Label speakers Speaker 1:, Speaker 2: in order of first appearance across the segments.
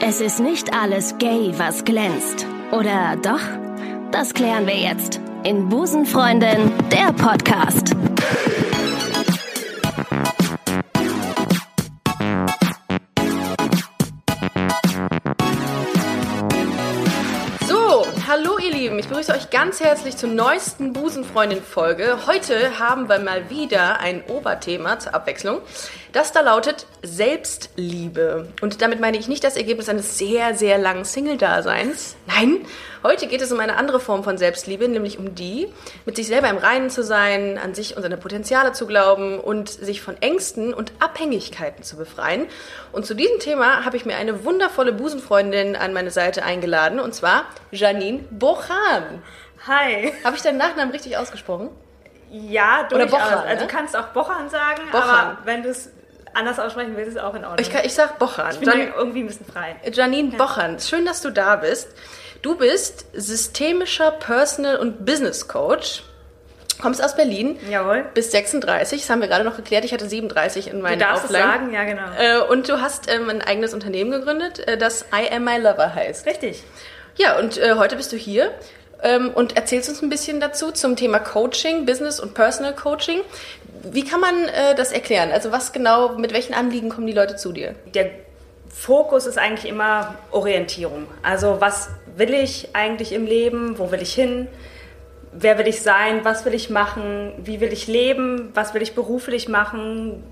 Speaker 1: Es ist nicht alles gay, was glänzt. Oder doch? Das klären wir jetzt in Busenfreundin, der Podcast.
Speaker 2: So, hallo ihr Lieben, ich begrüße euch ganz herzlich zur neuesten Busenfreundin-Folge. Heute haben wir mal wieder ein Oberthema zur Abwechslung. Das da lautet Selbstliebe. Und damit meine ich nicht das Ergebnis eines sehr, sehr langen Single-Daseins. Nein, heute geht es um eine andere Form von Selbstliebe, nämlich um die, mit sich selber im Reinen zu sein, an sich und seine Potenziale zu glauben und sich von Ängsten und Abhängigkeiten zu befreien. Und zu diesem Thema habe ich mir eine wundervolle Busenfreundin an meine Seite eingeladen, und zwar Janine Bochan.
Speaker 3: Hi.
Speaker 2: Habe ich deinen Nachnamen richtig ausgesprochen?
Speaker 3: Ja, durchaus.
Speaker 2: Bochan,
Speaker 3: also
Speaker 2: ne?
Speaker 3: du kannst auch Bochan sagen,
Speaker 2: Bochan.
Speaker 3: aber wenn du es anders aussprechen willst, ist auch in Ordnung.
Speaker 2: Ich, kann, ich Äh, sag Bochan.
Speaker 3: bin
Speaker 2: Dann-
Speaker 3: ja irgendwie ein bisschen frei.
Speaker 2: Janine Bochern, schön, dass du da bist. Du bist systemischer Personal- und Business Coach, kommst aus Berlin,
Speaker 3: Jawohl.
Speaker 2: bist 36, das haben wir gerade noch geklärt, ich hatte 37 in
Speaker 3: Du
Speaker 2: meinen
Speaker 3: darfst es
Speaker 2: Auflagen.
Speaker 3: sagen, ja genau.
Speaker 2: Äh, Und du hast ähm, ein eigenes Unternehmen gegründet, äh, das I Am My Lover heißt.
Speaker 3: Richtig.
Speaker 2: Ja, und äh, heute bist du hier ähm, und erzählst uns ein bisschen dazu zum Thema Coaching, Business und Personal Coaching. Wie kann man äh, das erklären? Also was genau, mit welchen Anliegen kommen die Leute zu dir?
Speaker 3: Der Fokus ist eigentlich immer Orientierung. Also was will ich eigentlich im Leben? Wo will ich hin? Wer will ich sein? Was will ich machen? Wie will ich leben? Was will ich beruflich machen?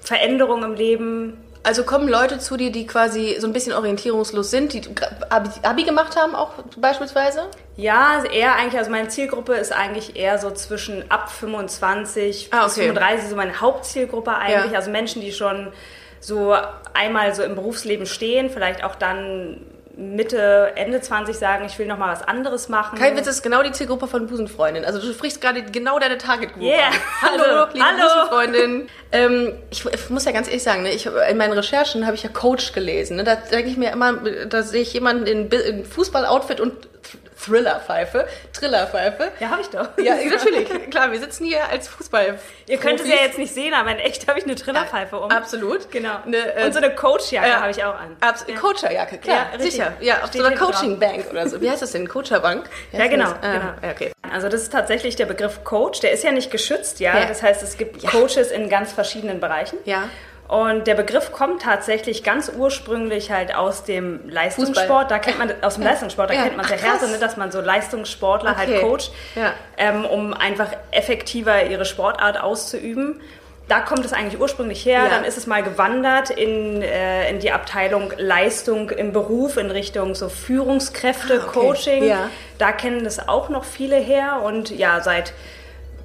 Speaker 3: Veränderung im Leben.
Speaker 2: Also kommen Leute zu dir, die quasi so ein bisschen orientierungslos sind, die gra- Abi, Abi gemacht haben auch beispielsweise?
Speaker 3: Ja, eher eigentlich, also meine Zielgruppe ist eigentlich eher so zwischen ab 25
Speaker 2: Ah,
Speaker 3: bis
Speaker 2: okay.
Speaker 3: 35, so meine Hauptzielgruppe eigentlich.
Speaker 2: Ja.
Speaker 3: Also Menschen, die schon so einmal so im Berufsleben stehen, vielleicht auch dann Mitte, Ende 20 sagen, ich will nochmal was anderes machen.
Speaker 2: Kein Witz, das ist genau die Zielgruppe von Busenfreundin. Also du sprichst gerade genau deine Target-Gruppe
Speaker 3: Yeah.
Speaker 2: an. Hallo,
Speaker 3: Also,
Speaker 2: liebe
Speaker 3: hallo.
Speaker 2: Busenfreundin. Ähm, ich, ich muss ja ganz ehrlich sagen, ne, ich, hab- in meinen Recherchen habe ich ja Coach gelesen. Ne, da denke ich mir immer, da sehe ich jemanden in, Bi- in Fußball-Outfit und Th- Thriller-Pfeife. Thriller-Pfeife.
Speaker 3: Ja, habe ich doch.
Speaker 2: Ja, natürlich. Klar, wir sitzen hier als Fußball.
Speaker 3: Ihr könnt es ja jetzt nicht sehen, aber in echt habe ich eine Trillerpfeife um.
Speaker 2: Absolut.
Speaker 3: Genau.
Speaker 2: Eine, äh,
Speaker 3: Und so eine Coachjacke
Speaker 2: Ja.
Speaker 3: habe ich auch an.
Speaker 2: Abs
Speaker 3: Ja.
Speaker 2: Coacherjacke, klar,
Speaker 3: Ja, richtig.
Speaker 2: sicher. Ja, auf so
Speaker 3: Steht
Speaker 2: einer
Speaker 3: hinten drauf.
Speaker 2: Coaching-Bank oder so. Wie heißt das denn? Coacherbank?
Speaker 3: Ja, genau,
Speaker 2: Ah,
Speaker 3: genau.
Speaker 2: ja, okay.
Speaker 3: Also das ist tatsächlich der Begriff Coach. Der ist ja nicht geschützt, ja.
Speaker 2: Ja.
Speaker 3: Das heißt, es gibt Coaches in ganz verschiedenen Bereichen.
Speaker 2: Ja.
Speaker 3: Und der Begriff kommt tatsächlich ganz ursprünglich halt aus dem Leistungssport.
Speaker 2: Fußball.
Speaker 3: Da kennt man aus dem Leistungssport, da
Speaker 2: Ja.
Speaker 3: kennt man sehr
Speaker 2: Ach,
Speaker 3: her,
Speaker 2: krass.
Speaker 3: so, ne, dass man so Leistungssportler
Speaker 2: Okay.
Speaker 3: halt coacht,
Speaker 2: Ja.
Speaker 3: ähm, um einfach effektiver ihre Sportart auszuüben. Da kommt es eigentlich ursprünglich her.
Speaker 2: Ja.
Speaker 3: Dann ist es mal gewandert in, äh, in die Abteilung Leistung im Beruf in Richtung so Führungskräfte,
Speaker 2: Ah, okay.
Speaker 3: Coaching.
Speaker 2: Ja.
Speaker 3: Da kennen das auch noch viele her und ja, seit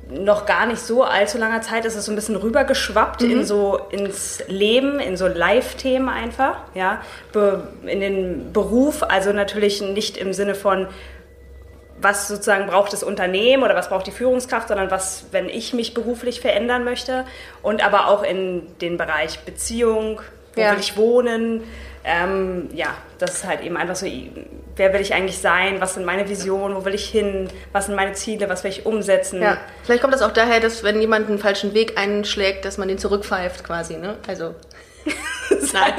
Speaker 3: noch gar nicht so allzu langer Zeit ist es so ein bisschen rübergeschwappt
Speaker 2: Mhm.
Speaker 3: in so ins Leben, in so Live-Themen einfach, ja, Be in den Beruf, also natürlich nicht im Sinne von was sozusagen braucht das Unternehmen oder was braucht die Führungskraft, sondern was, wenn ich mich beruflich verändern möchte und aber auch in den Bereich Beziehung, wo
Speaker 2: Ja.
Speaker 3: will ich wohnen, ähm, ja, das ist halt eben einfach so, wer will ich eigentlich sein, was sind meine Visionen, wo will ich hin, was sind meine Ziele, was will ich umsetzen.
Speaker 2: Ja. Vielleicht kommt das auch daher, dass wenn jemand einen falschen Weg einschlägt, dass man den zurückpfeift quasi, ne? Also, nein.
Speaker 3: halt-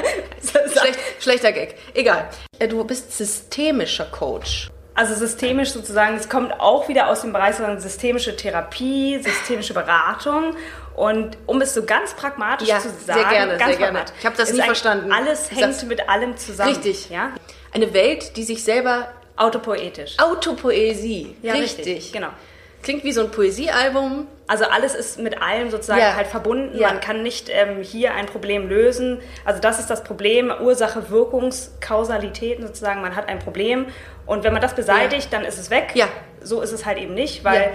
Speaker 2: Schlecht, schlechter Gag. Egal. Äh, Du bist systemischer Coach.
Speaker 3: Also systemisch sozusagen, es kommt auch wieder aus dem Bereich sozusagen systemische Therapie, systemische Beratung. Und um es so ganz pragmatisch
Speaker 2: Ja,
Speaker 3: zu
Speaker 2: sehr
Speaker 3: sagen,
Speaker 2: gerne,
Speaker 3: ganz
Speaker 2: sehr gerne.
Speaker 3: pragmatisch,
Speaker 2: Ich hab das
Speaker 3: ist
Speaker 2: nie
Speaker 3: eigentlich
Speaker 2: verstanden.
Speaker 3: Alles
Speaker 2: Ich
Speaker 3: hängt
Speaker 2: sag's-
Speaker 3: mit allem zusammen.
Speaker 2: Richtig.
Speaker 3: Ja?
Speaker 2: Eine Welt, die sich selber
Speaker 3: Autopoetisch.
Speaker 2: Autopoesie.
Speaker 3: Ja,
Speaker 2: richtig.
Speaker 3: Genau.
Speaker 2: Klingt wie so ein Poesiealbum.
Speaker 3: Also alles ist mit allem sozusagen
Speaker 2: Ja.
Speaker 3: halt verbunden.
Speaker 2: Ja.
Speaker 3: Man kann nicht ähm, hier ein Problem lösen. Also das ist das Problem, Ursache, Wirkungs, Kausalitäten sozusagen. Man hat ein Problem und wenn man das beseitigt, dann ist es weg.
Speaker 2: Ja.
Speaker 3: So ist es halt eben nicht, weil
Speaker 2: Ja.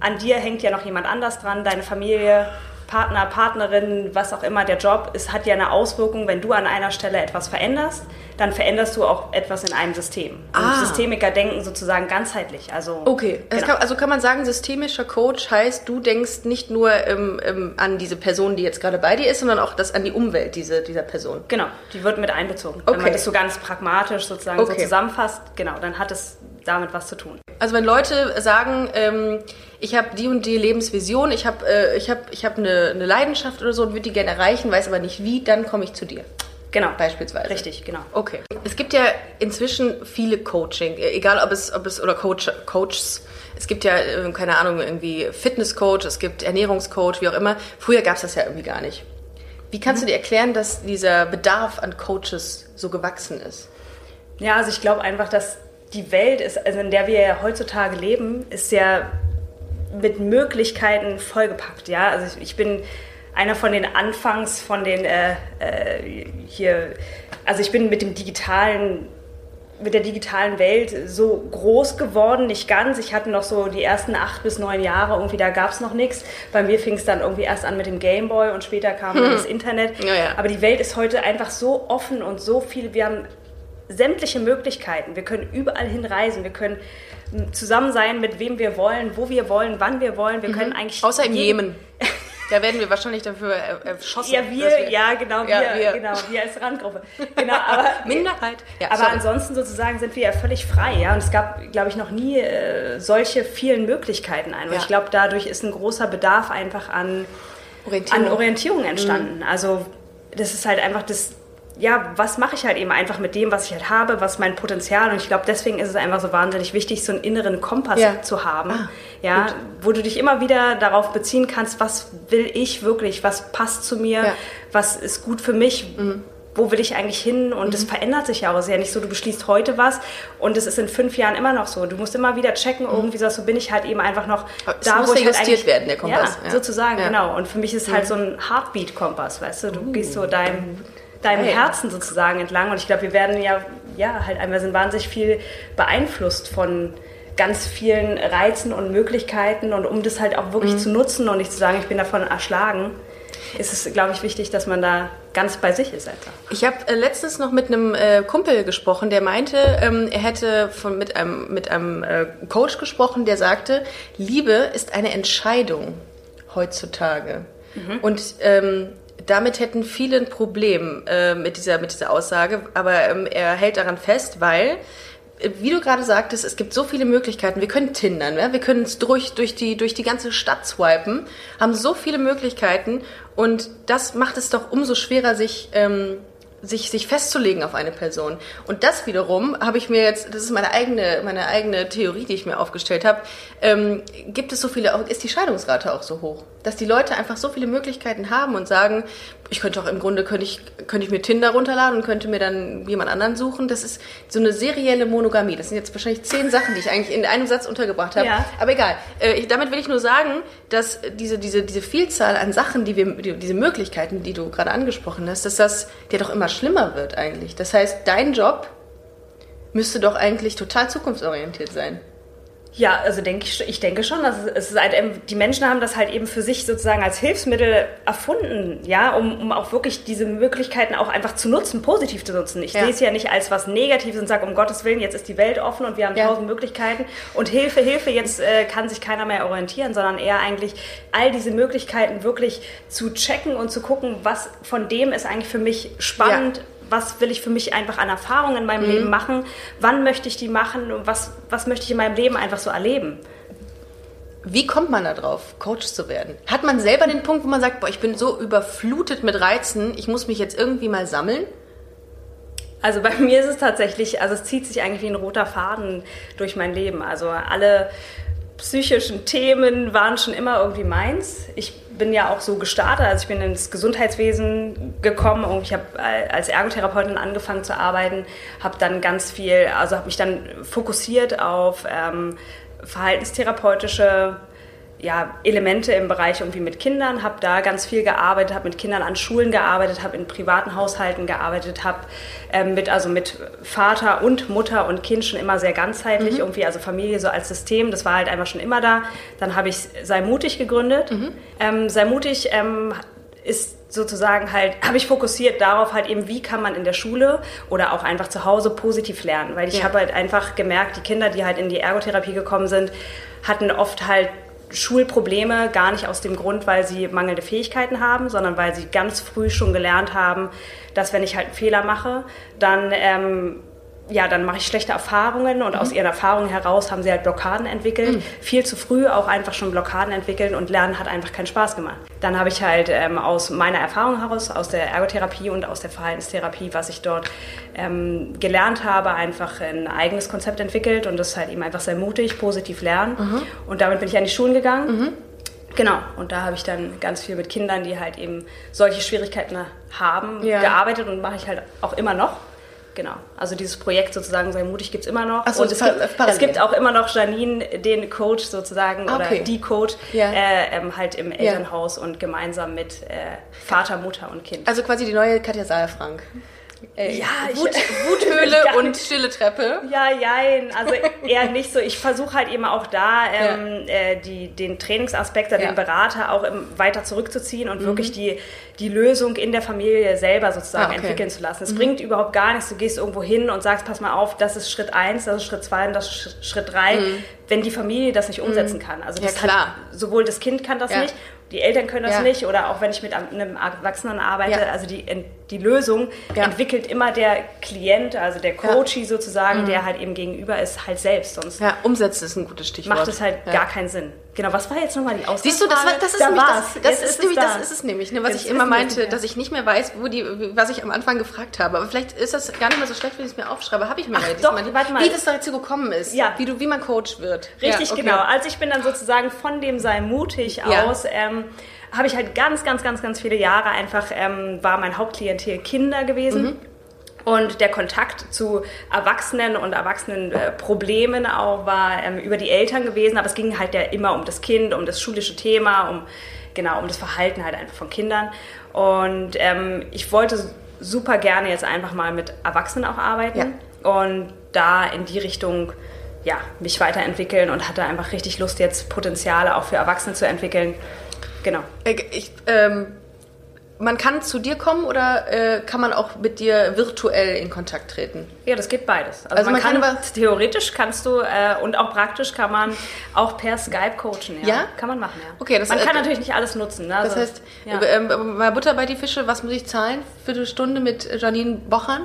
Speaker 3: an dir hängt ja noch jemand anders dran, deine Familie. Partner, Partnerin, was auch immer der Job, es hat ja eine Auswirkung, wenn du an einer Stelle etwas veränderst, dann veränderst du auch etwas in einem System. Und
Speaker 2: Ah.
Speaker 3: Systemiker denken sozusagen ganzheitlich. Also
Speaker 2: Okay, das kann, also kann man sagen, systemischer Coach heißt, du denkst nicht nur ähm, ähm, an diese Person, die jetzt gerade bei dir ist, sondern auch das an die Umwelt diese, dieser Person.
Speaker 3: Genau, die wird mit einbezogen. Wenn
Speaker 2: Okay.
Speaker 3: man das so ganz pragmatisch sozusagen so
Speaker 2: Okay.
Speaker 3: zusammenfasst, genau, dann hat es damit was zu tun.
Speaker 2: Also wenn Leute sagen, ähm, ich habe die und die Lebensvision, ich habe äh, ich hab, ich hab eine, eine Leidenschaft oder so und würde die gerne erreichen, weiß aber nicht wie, dann komme ich zu dir.
Speaker 3: Genau.
Speaker 2: Beispielsweise.
Speaker 3: Richtig, genau.
Speaker 2: Okay. Es gibt ja inzwischen viele Coaching, egal ob es, ob es oder Coach, Coaches. Es gibt ja, äh, keine Ahnung, irgendwie Fitnesscoach, es gibt Ernährungscoach, wie auch immer. Früher gab es das ja irgendwie gar nicht. Wie kannst
Speaker 3: Mhm.
Speaker 2: du dir erklären, dass dieser Bedarf an Coaches so gewachsen ist?
Speaker 3: Ja, also ich glaube einfach, dass die Welt ist, also in der wir ja heutzutage leben, ist ja mit Möglichkeiten vollgepackt. Ja, also ich, ich bin einer von den Anfangs von den äh, äh, hier, also ich bin mit dem digitalen mit der digitalen Welt so groß geworden, nicht ganz. Ich hatte noch so die ersten acht bis neun Jahre, irgendwie da gab es noch nichts. Bei mir fing es dann irgendwie erst an mit dem Gameboy und später kam dann das Internet.
Speaker 2: Hm. Ja, ja.
Speaker 3: Aber die Welt ist heute einfach so offen und so viel. Wir haben sämtliche Möglichkeiten. Wir können überall hinreisen. Wir können m, zusammen sein, mit wem wir wollen, wo wir wollen, wann wir wollen. Wir können eigentlich
Speaker 2: Mhm. Außer im
Speaker 3: jeden-
Speaker 2: Jemen. Da werden wir wahrscheinlich dafür er- erschossen.
Speaker 3: Ja,
Speaker 2: dass
Speaker 3: wir, ja, genau,
Speaker 2: Ja,
Speaker 3: wir,
Speaker 2: wir.
Speaker 3: genau, wir als Randgruppe. Genau, aber
Speaker 2: Minderheit. Ja,
Speaker 3: aber
Speaker 2: sorry.
Speaker 3: ansonsten sozusagen sind wir ja völlig frei, ja. Und es gab, glaube ich, noch nie äh, solche vielen Möglichkeiten ein. Und
Speaker 2: Ja.
Speaker 3: ich glaube, dadurch ist ein großer Bedarf einfach an
Speaker 2: Orientierung. Mhm.
Speaker 3: an Orientierung entstanden. Also das ist halt einfach das, ja, was mache ich halt eben einfach mit dem, was ich halt habe, was mein Potenzial und ich glaube, deswegen ist es einfach so wahnsinnig wichtig, so einen inneren Kompass
Speaker 2: Ja.
Speaker 3: zu haben,
Speaker 2: Ah,
Speaker 3: ja, wo du dich immer wieder darauf beziehen kannst, was will ich wirklich, was passt zu mir,
Speaker 2: Ja. Mhm.
Speaker 3: was ist gut für mich. Wo will ich eigentlich hin? Und das verändert sich ja auch. Es ist ja nicht so, du beschließt heute was und es ist in fünf Jahren immer noch so. Du musst immer wieder checken, irgendwie so, so bin ich halt eben einfach noch
Speaker 2: Mhm. Aber es
Speaker 3: da,
Speaker 2: muss
Speaker 3: wo ich
Speaker 2: ja
Speaker 3: halt
Speaker 2: justiert
Speaker 3: eigentlich-
Speaker 2: werden, der Kompass.
Speaker 3: Ja,
Speaker 2: Ja.
Speaker 3: sozusagen,
Speaker 2: Ja.
Speaker 3: genau. Und für mich ist halt so ein Heartbeat-Kompass, weißt du? Du gehst so deinem, deinem
Speaker 2: Geil.
Speaker 3: Herzen sozusagen entlang. Und ich glaube, wir werden ja, ja, halt einfach sind wahnsinnig viel beeinflusst von ganz vielen Reizen und Möglichkeiten. Und um das halt auch wirklich zu nutzen und nicht zu sagen, ich bin davon erschlagen, ist es, glaube ich, wichtig, dass man da ganz bei sich ist einfach.
Speaker 2: Ich habe äh, letztens noch mit einem äh, Kumpel gesprochen, der meinte, ähm, er hätte von, mit einem, mit einem äh, Coach gesprochen, der sagte, Liebe ist eine Entscheidung heutzutage. Und ähm, damit hätten viele ein Problem äh, mit, dieser, mit dieser Aussage, aber ähm, er hält daran fest, weil wie du gerade sagtest, es gibt so viele Möglichkeiten. Wir können Tindern, ja? wir können es durch, durch, die, durch die ganze Stadt swipen, haben so viele Möglichkeiten und das macht es doch umso schwerer, sich, ähm, sich, sich festzulegen auf eine Person. Und das wiederum habe ich mir jetzt, das ist meine eigene, meine eigene Theorie, die ich mir aufgestellt habe, ähm, gibt es so viele, auch- ist die Scheidungsrate auch so hoch? Dass die Leute einfach so viele Möglichkeiten haben und sagen, ich könnte auch im Grunde, könnte ich, könnte ich mir Tinder runterladen und könnte mir dann jemand anderen suchen. Das ist so eine serielle Monogamie. Das sind jetzt wahrscheinlich zehn Sachen, die ich eigentlich in einem Satz untergebracht habe.
Speaker 3: Ja.
Speaker 2: Aber egal. Äh, ich- damit will ich nur sagen, dass diese, diese, diese Vielzahl an Sachen, die wir, die, diese Möglichkeiten, die du gerade angesprochen hast, dass das ja doch immer schlimmer wird eigentlich. Das heißt, dein Job müsste doch eigentlich total zukunftsorientiert sein.
Speaker 3: Ja, also denke ich, ich denke schon, dass es- es ist halt, eben- die Menschen haben das halt eben für sich sozusagen als Hilfsmittel erfunden, ja, um, um auch wirklich diese Möglichkeiten auch einfach zu nutzen, positiv zu nutzen. Ich
Speaker 2: Ja.
Speaker 3: sehe es ja nicht als was Negatives und sage, um Gottes Willen, jetzt ist die Welt offen und wir haben
Speaker 2: Ja.
Speaker 3: tausend Möglichkeiten und Hilfe, Hilfe, jetzt äh, kann sich keiner mehr orientieren, sondern eher eigentlich all diese Möglichkeiten wirklich zu checken und zu gucken, was von dem ist eigentlich für mich spannend,
Speaker 2: Ja.
Speaker 3: was will ich für mich einfach an Erfahrungen in meinem Leben machen, wann möchte ich die machen und was, was möchte ich in meinem Leben einfach so erleben.
Speaker 2: Wie kommt man da drauf, Coach zu werden? Hat man selber den Punkt, wo man sagt, boah, ich bin so überflutet mit Reizen, ich muss mich jetzt irgendwie mal sammeln?
Speaker 3: Also bei mir ist es tatsächlich, also es zieht sich eigentlich wie ein roter Faden durch mein Leben. Also alle psychischen Themen waren schon immer irgendwie meins. Ich bin ja auch so gestartet, also ich bin ins Gesundheitswesen gekommen und ich habe äh, als Ergotherapeutin angefangen zu arbeiten, habe dann ganz viel, also habe mich dann fokussiert auf ähm, verhaltenstherapeutische ja, Elemente im Bereich irgendwie mit Kindern, habe da ganz viel gearbeitet, habe mit Kindern an Schulen gearbeitet, habe in privaten Haushalten gearbeitet, habe ähm, mit, also mit Vater und Mutter und Kind schon immer sehr ganzheitlich irgendwie, also Familie so als System, das war halt einfach schon immer da. Dann habe ich Sei Mutig gegründet. Ähm, Sei Mutig ähm, ist sozusagen halt, habe ich fokussiert darauf halt eben, wie kann man in der Schule oder auch einfach zu Hause positiv lernen, weil ich
Speaker 2: Ja.
Speaker 3: habe halt einfach gemerkt, die Kinder, die halt in die Ergotherapie gekommen sind, hatten oft halt Schulprobleme gar nicht aus dem Grund, weil sie mangelnde Fähigkeiten haben, sondern weil sie ganz früh schon gelernt haben, dass wenn ich halt einen Fehler mache, dann ähm, ja, dann mache ich schlechte Erfahrungen und aus ihren Erfahrungen heraus haben sie halt Blockaden entwickelt. Viel zu früh auch einfach schon Blockaden entwickelt und Lernen hat einfach keinen Spaß gemacht. Dann habe ich halt ähm, aus meiner Erfahrung heraus, aus der Ergotherapie und aus der Verhaltenstherapie, was ich dort ähm, gelernt habe, einfach ein eigenes Konzept entwickelt und das ist halt eben einfach sehr mutig, positiv lernen. Und damit bin ich an die Schulen gegangen. Genau, und da habe ich dann ganz viel mit Kindern, die halt eben solche Schwierigkeiten haben,
Speaker 2: Ja.
Speaker 3: gearbeitet und mache ich halt auch immer noch. Genau, also dieses Projekt sozusagen, sei mutig, gibt es immer noch.
Speaker 2: Ach so,
Speaker 3: und es
Speaker 2: par-
Speaker 3: gibt,
Speaker 2: parallel.
Speaker 3: es gibt auch immer noch Janine, den Coach sozusagen,
Speaker 2: Ah, okay.
Speaker 3: oder die Coach,
Speaker 2: Ja.
Speaker 3: äh, ähm, halt im Elternhaus und gemeinsam mit äh, Vater, Mutter und Kind.
Speaker 2: Also quasi die neue Katja Saalfrank. Ey,
Speaker 3: Ja, ich-
Speaker 2: Wut, Wuthöhle
Speaker 3: Gar
Speaker 2: und stille Treppe.
Speaker 3: Ja, jein. Also eher nicht so. Ich versuche halt eben auch da ähm, äh, die, den Trainingsaspekt oder
Speaker 2: Ja. Mhm.
Speaker 3: den Berater auch im, weiter zurückzuziehen und wirklich die, die Lösung in der Familie selber sozusagen
Speaker 2: Ah, okay.
Speaker 3: entwickeln zu lassen. Es bringt überhaupt gar nichts. Du gehst irgendwo hin und sagst, pass mal auf, das ist Schritt eins, das ist Schritt zwei und das ist Sch- Schritt drei. wenn die Familie das nicht umsetzen kann. Also
Speaker 2: Mhm. Ja,
Speaker 3: das
Speaker 2: klar.
Speaker 3: Kann, sowohl das Kind kann das
Speaker 2: Ja.
Speaker 3: nicht, die Eltern können das
Speaker 2: Ja.
Speaker 3: nicht oder auch wenn ich mit einem Erwachsenen arbeite,
Speaker 2: Ja.
Speaker 3: also die, die Lösung
Speaker 2: Ja.
Speaker 3: entwickelt immer der Klient, also der Coach sozusagen, der halt eben gegenüber ist, halt selbst. Sonst
Speaker 2: Mhm. Ja, umsetzen ist ein gutes Stichwort.
Speaker 3: macht es halt
Speaker 2: ja.
Speaker 3: gar keinen Sinn. Genau, was war jetzt nochmal die Ausgabe?
Speaker 2: Siehst du, das, war, das ist
Speaker 3: da
Speaker 2: nämlich,
Speaker 3: war's.
Speaker 2: das, das
Speaker 3: Jetzt
Speaker 2: ist
Speaker 3: es
Speaker 2: nämlich
Speaker 3: da.
Speaker 2: das ist es nämlich, ne, was
Speaker 3: Jetzt
Speaker 2: ich immer
Speaker 3: wissen wir es
Speaker 2: meinte,
Speaker 3: nicht mehr.
Speaker 2: dass ich nicht mehr weiß, wo die, was ich am Anfang gefragt habe. Aber vielleicht ist das gar nicht mehr so schlecht, wenn ich es mir aufschreibe. Habe ich mir
Speaker 3: Ach
Speaker 2: ja
Speaker 3: doch,
Speaker 2: diesmal.
Speaker 3: warte mal.
Speaker 2: Wie das dazu gekommen ist,
Speaker 3: Ja.
Speaker 2: wie du, wie man Coach wird.
Speaker 3: Richtig,
Speaker 2: Ja, okay.
Speaker 3: genau. Also ich bin dann sozusagen von dem Sei mutig
Speaker 2: Ja.
Speaker 3: aus, ähm, habe ich halt ganz, ganz, ganz, ganz viele Jahre einfach, ähm, war mein Hauptklientel Kinder gewesen.
Speaker 2: Mhm.
Speaker 3: Und der Kontakt zu Erwachsenen und Erwachsenenproblemen auch war ähm, über die Eltern gewesen, aber es ging halt ja immer um das Kind, um das schulische Thema, um genau um das Verhalten halt einfach von Kindern. Und ähm, ich wollte super gerne jetzt einfach mal mit Erwachsenen auch arbeiten und da in die Richtung ja mich weiterentwickeln und hatte einfach richtig Lust jetzt Potenziale auch für Erwachsene zu entwickeln. Genau.
Speaker 2: Äh, Ich, ähm, man kann zu dir kommen oder äh, kann man auch mit dir virtuell in Kontakt treten?
Speaker 3: Ja, das geht beides. Also,
Speaker 2: Also
Speaker 3: man,
Speaker 2: man kann
Speaker 3: kann,
Speaker 2: aber-
Speaker 3: theoretisch kannst du äh, und auch praktisch kann man auch per Skype coachen. Ja,
Speaker 2: Ja?
Speaker 3: kann man machen. Ja.
Speaker 2: Okay, das-
Speaker 3: man
Speaker 2: äh,
Speaker 3: kann natürlich nicht alles nutzen. Ne?
Speaker 2: Das
Speaker 3: Also,
Speaker 2: heißt,
Speaker 3: ja.
Speaker 2: ähm, mal Butter bei die Fische, was muss ich zahlen für eine Stunde mit Janine Bochern?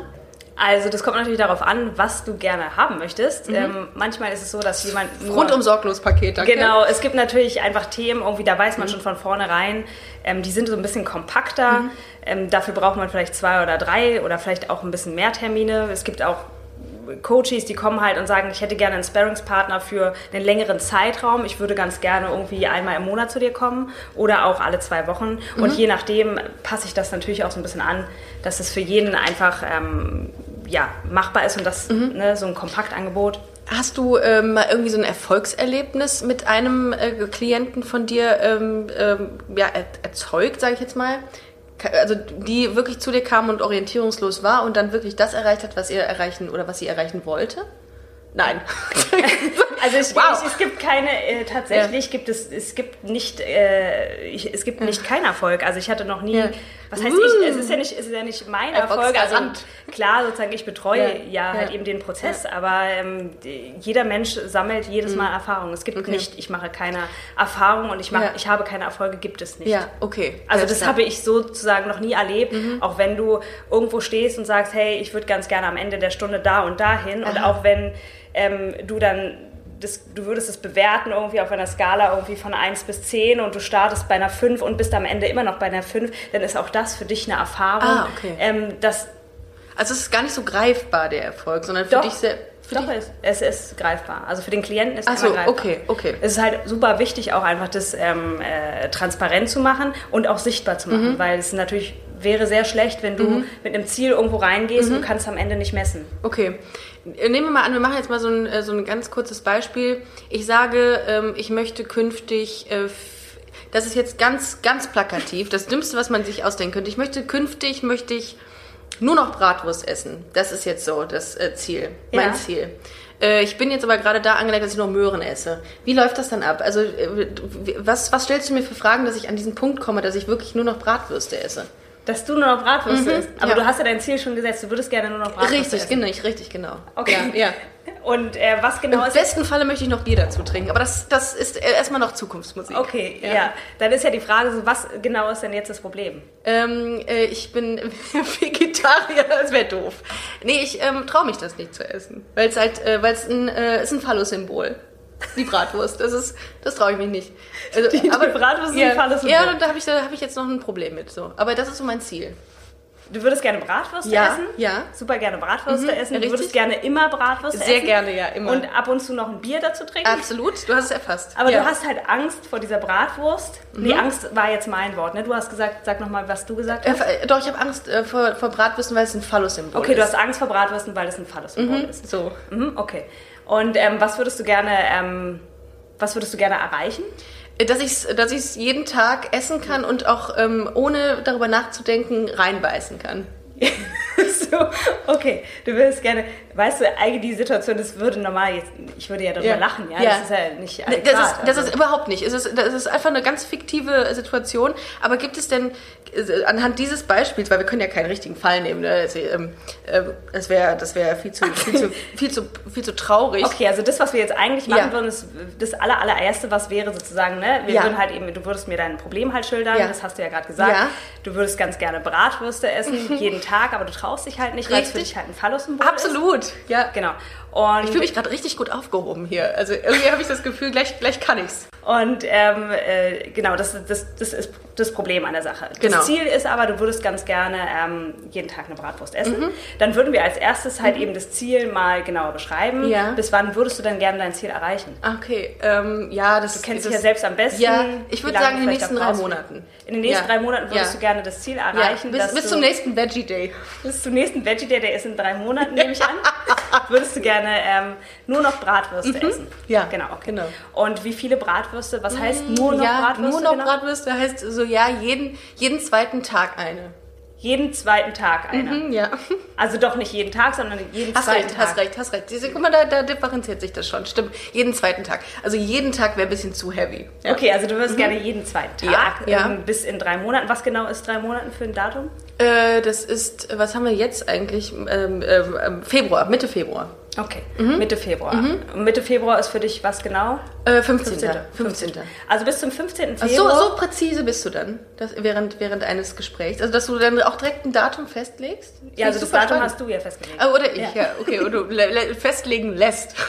Speaker 3: also das kommt natürlich darauf an, was du gerne haben
Speaker 2: Mhm.
Speaker 3: möchtest. Ähm, manchmal ist es so, dass jemand nur-
Speaker 2: Rundum sorglos Paket, danke.
Speaker 3: Genau, es gibt natürlich einfach Themen, irgendwie, da weiß man schon von vornherein, ähm, die sind so ein bisschen kompakter. Ähm, dafür braucht man vielleicht zwei oder drei oder vielleicht auch ein bisschen mehr Termine. Es gibt auch Coaches, die kommen halt und sagen, ich hätte gerne einen Sparringspartner für einen längeren Zeitraum. Ich würde ganz gerne irgendwie einmal im Monat zu dir kommen oder auch alle zwei Wochen. Und je nachdem passe ich das natürlich auch so ein bisschen an, dass es für jeden einfach ähm, ja, machbar ist und das ne, so ein Kompaktangebot.
Speaker 2: Hast du ähm, mal irgendwie so ein Erfolgserlebnis mit einem äh, Klienten von dir ähm, ähm, ja, er erzeugt, sage ich jetzt mal? Ka- Also die wirklich zu dir kam und orientierungslos war und dann wirklich das erreicht hat, was ihr erreichen oder was sie erreichen wollte? Nein.
Speaker 3: Also es,
Speaker 2: Wow.
Speaker 3: es, es gibt keine, äh, tatsächlich gibt es, es gibt nicht, äh, ich, es gibt nicht keinen Erfolg. Also ich hatte noch nie,
Speaker 2: Ja. Mm.
Speaker 3: was heißt ich, es ist ja nicht, es ist ja nicht mein Erfolg. Also
Speaker 2: Erfolgsgarant.
Speaker 3: klar, sozusagen, ich betreue
Speaker 2: Ja.
Speaker 3: ja, halt
Speaker 2: Ja. Mm.
Speaker 3: eben den Prozess, aber ähm, die- jeder Mensch sammelt jedes Mal Erfahrung. Es gibt nicht, ich mache keine Erfahrung und ich, mache,
Speaker 2: Ja.
Speaker 3: ich habe keine Erfolge, gibt es nicht.
Speaker 2: ja, okay.
Speaker 3: Also
Speaker 2: Alles
Speaker 3: das
Speaker 2: klar.
Speaker 3: habe ich sozusagen noch nie erlebt,
Speaker 2: Mhm.
Speaker 3: auch wenn du irgendwo stehst und sagst, hey, ich würde ganz gerne am Ende der Stunde da und dahin und
Speaker 2: Aha.
Speaker 3: auch wenn ähm, du dann das, du würdest es bewerten irgendwie auf einer Skala irgendwie von 1 bis 10 und du startest bei einer 5 und bist am Ende immer noch bei einer 5, dann ist auch das für dich eine Erfahrung,
Speaker 2: Ah, okay.
Speaker 3: ähm, dass
Speaker 2: Also es ist gar nicht so greifbar, der Erfolg, sondern für
Speaker 3: Doch.
Speaker 2: dich sehr. Für
Speaker 3: Doch,
Speaker 2: dich,
Speaker 3: es, es ist greifbar. Also für den Klienten ist
Speaker 2: Ach
Speaker 3: es
Speaker 2: so,
Speaker 3: immer greifbar.
Speaker 2: okay, okay.
Speaker 3: Es ist halt super wichtig, auch einfach das ähm, äh, transparent zu machen und auch sichtbar zu
Speaker 2: Mhm.
Speaker 3: machen, weil es natürlich wäre sehr schlecht, wenn du mit einem Ziel irgendwo reingehst
Speaker 2: Mhm.
Speaker 3: und kannst am Ende nicht messen.
Speaker 2: Okay. Äh, Nehmen wir mal an, wir machen jetzt mal so ein, äh, so ein ganz kurzes Beispiel. Ich sage, ähm, ich möchte künftig, äh, f- das ist jetzt ganz, ganz plakativ, das Dümmste, was man sich ausdenken könnte. Ich möchte künftig, möchte ich nur noch Bratwurst essen. Das ist jetzt so das äh, Ziel, mein
Speaker 3: Ja.
Speaker 2: Ziel. Äh, Ich bin jetzt aber gerade da angelangt, dass ich nur Möhren esse. Wie läuft das dann ab? Also, äh, w- was, was stellst du mir für Fragen, dass ich an diesen Punkt komme, dass ich wirklich nur noch Bratwürste esse?
Speaker 3: dass du nur noch Bratwürste isst. Aber
Speaker 2: Mhm. ja.
Speaker 3: du hast ja dein Ziel schon gesetzt. Du würdest gerne nur noch Bratwürste
Speaker 2: Richtig,
Speaker 3: essen.
Speaker 2: genau, ich- richtig, genau.
Speaker 3: Okay.
Speaker 2: Ja, ja.
Speaker 3: Und äh, was genau
Speaker 2: Im
Speaker 3: ist jetzt?
Speaker 2: besten Falle möchte ich noch Bier dazu trinken, aber das, das ist äh, erstmal noch Zukunftsmusik.
Speaker 3: Okay, ja.
Speaker 2: Ja.
Speaker 3: Dann ist ja die Frage, so, was genau ist denn jetzt das Problem?
Speaker 2: Ähm, äh, ich bin Vegetarier, das wäre doof. Nee, ich ähm, traue mich das nicht zu essen, weil es halt, äh, weil es ein, äh, ist ein Phallus-Symbol. Die Bratwurst, das ist, das traue ich mich nicht. Also,
Speaker 3: die Bratwurst ist ein
Speaker 2: ja,
Speaker 3: Phallus-Symbol.
Speaker 2: Ja, da habe ich, da hab ich jetzt noch ein Problem mit. So. Aber das ist so mein Ziel.
Speaker 3: Du würdest gerne Bratwürste
Speaker 2: Ja,
Speaker 3: essen?
Speaker 2: ja.
Speaker 3: Super gerne Bratwürste
Speaker 2: Mhm,
Speaker 3: essen. Du
Speaker 2: richtig.
Speaker 3: würdest gerne immer Bratwürste essen.
Speaker 2: Sehr gerne, ja, immer.
Speaker 3: Und ab und zu noch ein Bier dazu trinken.
Speaker 2: Absolut, du hast es erfasst.
Speaker 3: Aber
Speaker 2: ja. Mhm.
Speaker 3: du hast halt Angst vor dieser Bratwurst. Die Angst war jetzt mein Wort. Ne? Du hast gesagt, sag nochmal, was du gesagt
Speaker 2: Äh,
Speaker 3: hast.
Speaker 2: ver- Doch, ich habe Angst äh, vor, vor Bratwürsten, weil es ein Phallus-Symbol
Speaker 3: Okay,
Speaker 2: ist.
Speaker 3: du hast Angst vor Bratwürsten, weil es ein Phallus-Symbol ist.
Speaker 2: So.
Speaker 3: Mhm, okay. Und ähm, was würdest du gerne, ähm, was würdest du gerne erreichen?
Speaker 2: Dass ich es dass ich's jeden Tag essen kann und auch ähm, ohne darüber nachzudenken reinbeißen kann.
Speaker 3: so, okay, du würdest gerne, weißt du, eigentlich die Situation, das würde normal jetzt, ich würde ja darüber
Speaker 2: Ja.
Speaker 3: lachen, ja?
Speaker 2: Ja.
Speaker 3: Das ist ja nicht
Speaker 2: Ne, Das
Speaker 3: adäquat.
Speaker 2: ist, das
Speaker 3: also.
Speaker 2: ist überhaupt nicht. Es ist, das ist einfach eine ganz fiktive Situation. Aber gibt es denn äh, anhand dieses Beispiels, weil wir können ja keinen richtigen Fall nehmen, ne? also, ähm, ähm, das wäre das wär viel, zu, viel, zu, viel, zu, viel zu traurig.
Speaker 3: Okay, also das, was wir jetzt eigentlich machen
Speaker 2: Ja.
Speaker 3: würden, ist das aller, allererste, was wäre sozusagen, ne? Wir
Speaker 2: Ja.
Speaker 3: würden halt eben, du würdest mir dein Problem halt schildern,
Speaker 2: Ja.
Speaker 3: das hast du ja gerade gesagt.
Speaker 2: Ja.
Speaker 3: Du würdest ganz gerne Bratwürste essen, jeden Tag, aber du traust dich halt nicht, weil es für
Speaker 2: Richtig.
Speaker 3: dich halt ein Phallus-Symbol ist.
Speaker 2: Absolut, ja.
Speaker 3: Genau. Und
Speaker 2: Ich fühle mich gerade richtig gut aufgehoben hier. Also irgendwie habe ich das Gefühl, gleich, gleich kann ich's.
Speaker 3: Und ähm, äh, genau, das, das, das ist das Problem an der Sache.
Speaker 2: Genau.
Speaker 3: Das Ziel ist aber, du würdest ganz gerne ähm, jeden Tag eine Bratwurst essen.
Speaker 2: Mhm.
Speaker 3: Dann würden wir als erstes halt eben das Ziel mal genauer beschreiben.
Speaker 2: Ja.
Speaker 3: Bis wann würdest du denn gerne dein Ziel erreichen?
Speaker 2: Ah, Okay, ähm, ja, das
Speaker 3: Du kennst
Speaker 2: das,
Speaker 3: dich ja selbst am besten.
Speaker 2: Ja, ich
Speaker 3: wie
Speaker 2: würde
Speaker 3: lange
Speaker 2: sagen,
Speaker 3: du
Speaker 2: in den
Speaker 3: vielleicht
Speaker 2: nächsten
Speaker 3: da
Speaker 2: drei
Speaker 3: brauchst.
Speaker 2: Monaten.
Speaker 3: In den nächsten
Speaker 2: Ja.
Speaker 3: drei Monaten würdest
Speaker 2: Ja.
Speaker 3: du gerne das Ziel
Speaker 2: ja,
Speaker 3: erreichen,
Speaker 2: bis,
Speaker 3: dass
Speaker 2: bis
Speaker 3: du
Speaker 2: zum nächsten Veggie Day.
Speaker 3: bis zum nächsten Veggie Day, der ist in drei Monaten, nehme ich an, würdest du gerne ähm, nur noch Bratwürste essen.
Speaker 2: Mhm. Ja,
Speaker 3: genau, okay.
Speaker 2: genau. Mm,
Speaker 3: Und wie viele Bratwürste? Was heißt nur noch
Speaker 2: ja,
Speaker 3: Bratwürste?
Speaker 2: nur noch
Speaker 3: genau?
Speaker 2: Bratwürste heißt so, ja, jeden, jeden zweiten Tag eine.
Speaker 3: jeden zweiten Tag eine.
Speaker 2: Hm, Ja.
Speaker 3: Also doch nicht jeden Tag, sondern jeden
Speaker 2: Hast
Speaker 3: zweiten
Speaker 2: recht,
Speaker 3: Tag.
Speaker 2: hast recht, hast recht. Diese, guck mal, da, da differenziert sich das schon. Stimmt. Jeden zweiten Tag. Also jeden Tag wäre ein bisschen zu heavy. Ja. Mhm.
Speaker 3: Okay, also du würdest gerne jeden zweiten
Speaker 2: Ja,
Speaker 3: Tag
Speaker 2: ja.
Speaker 3: Ähm, bis in drei Monaten. Was genau ist drei Monaten für ein Datum?
Speaker 2: Äh, das ist, was haben wir jetzt eigentlich? Ähm, ähm, ähm, Februar, Mitte Februar.
Speaker 3: Okay, Mitte Februar.
Speaker 2: Mhm.
Speaker 3: Und Mitte Februar ist für dich was genau?
Speaker 2: Äh, 15.
Speaker 3: 15..
Speaker 2: 15.
Speaker 3: Also bis zum 15.
Speaker 2: Ach, so,
Speaker 3: Februar.
Speaker 2: so präzise bist du dann, dass, während, während eines Gesprächs. Also, dass du dann auch direkt ein Datum festlegst? Finde ich
Speaker 3: Ja, also das
Speaker 2: super
Speaker 3: Datum
Speaker 2: spannend.
Speaker 3: hast du ja festgelegt.
Speaker 2: Ah, oder ich,
Speaker 3: Ja.
Speaker 2: ja, okay. Oder du le- le- festlegen lässt.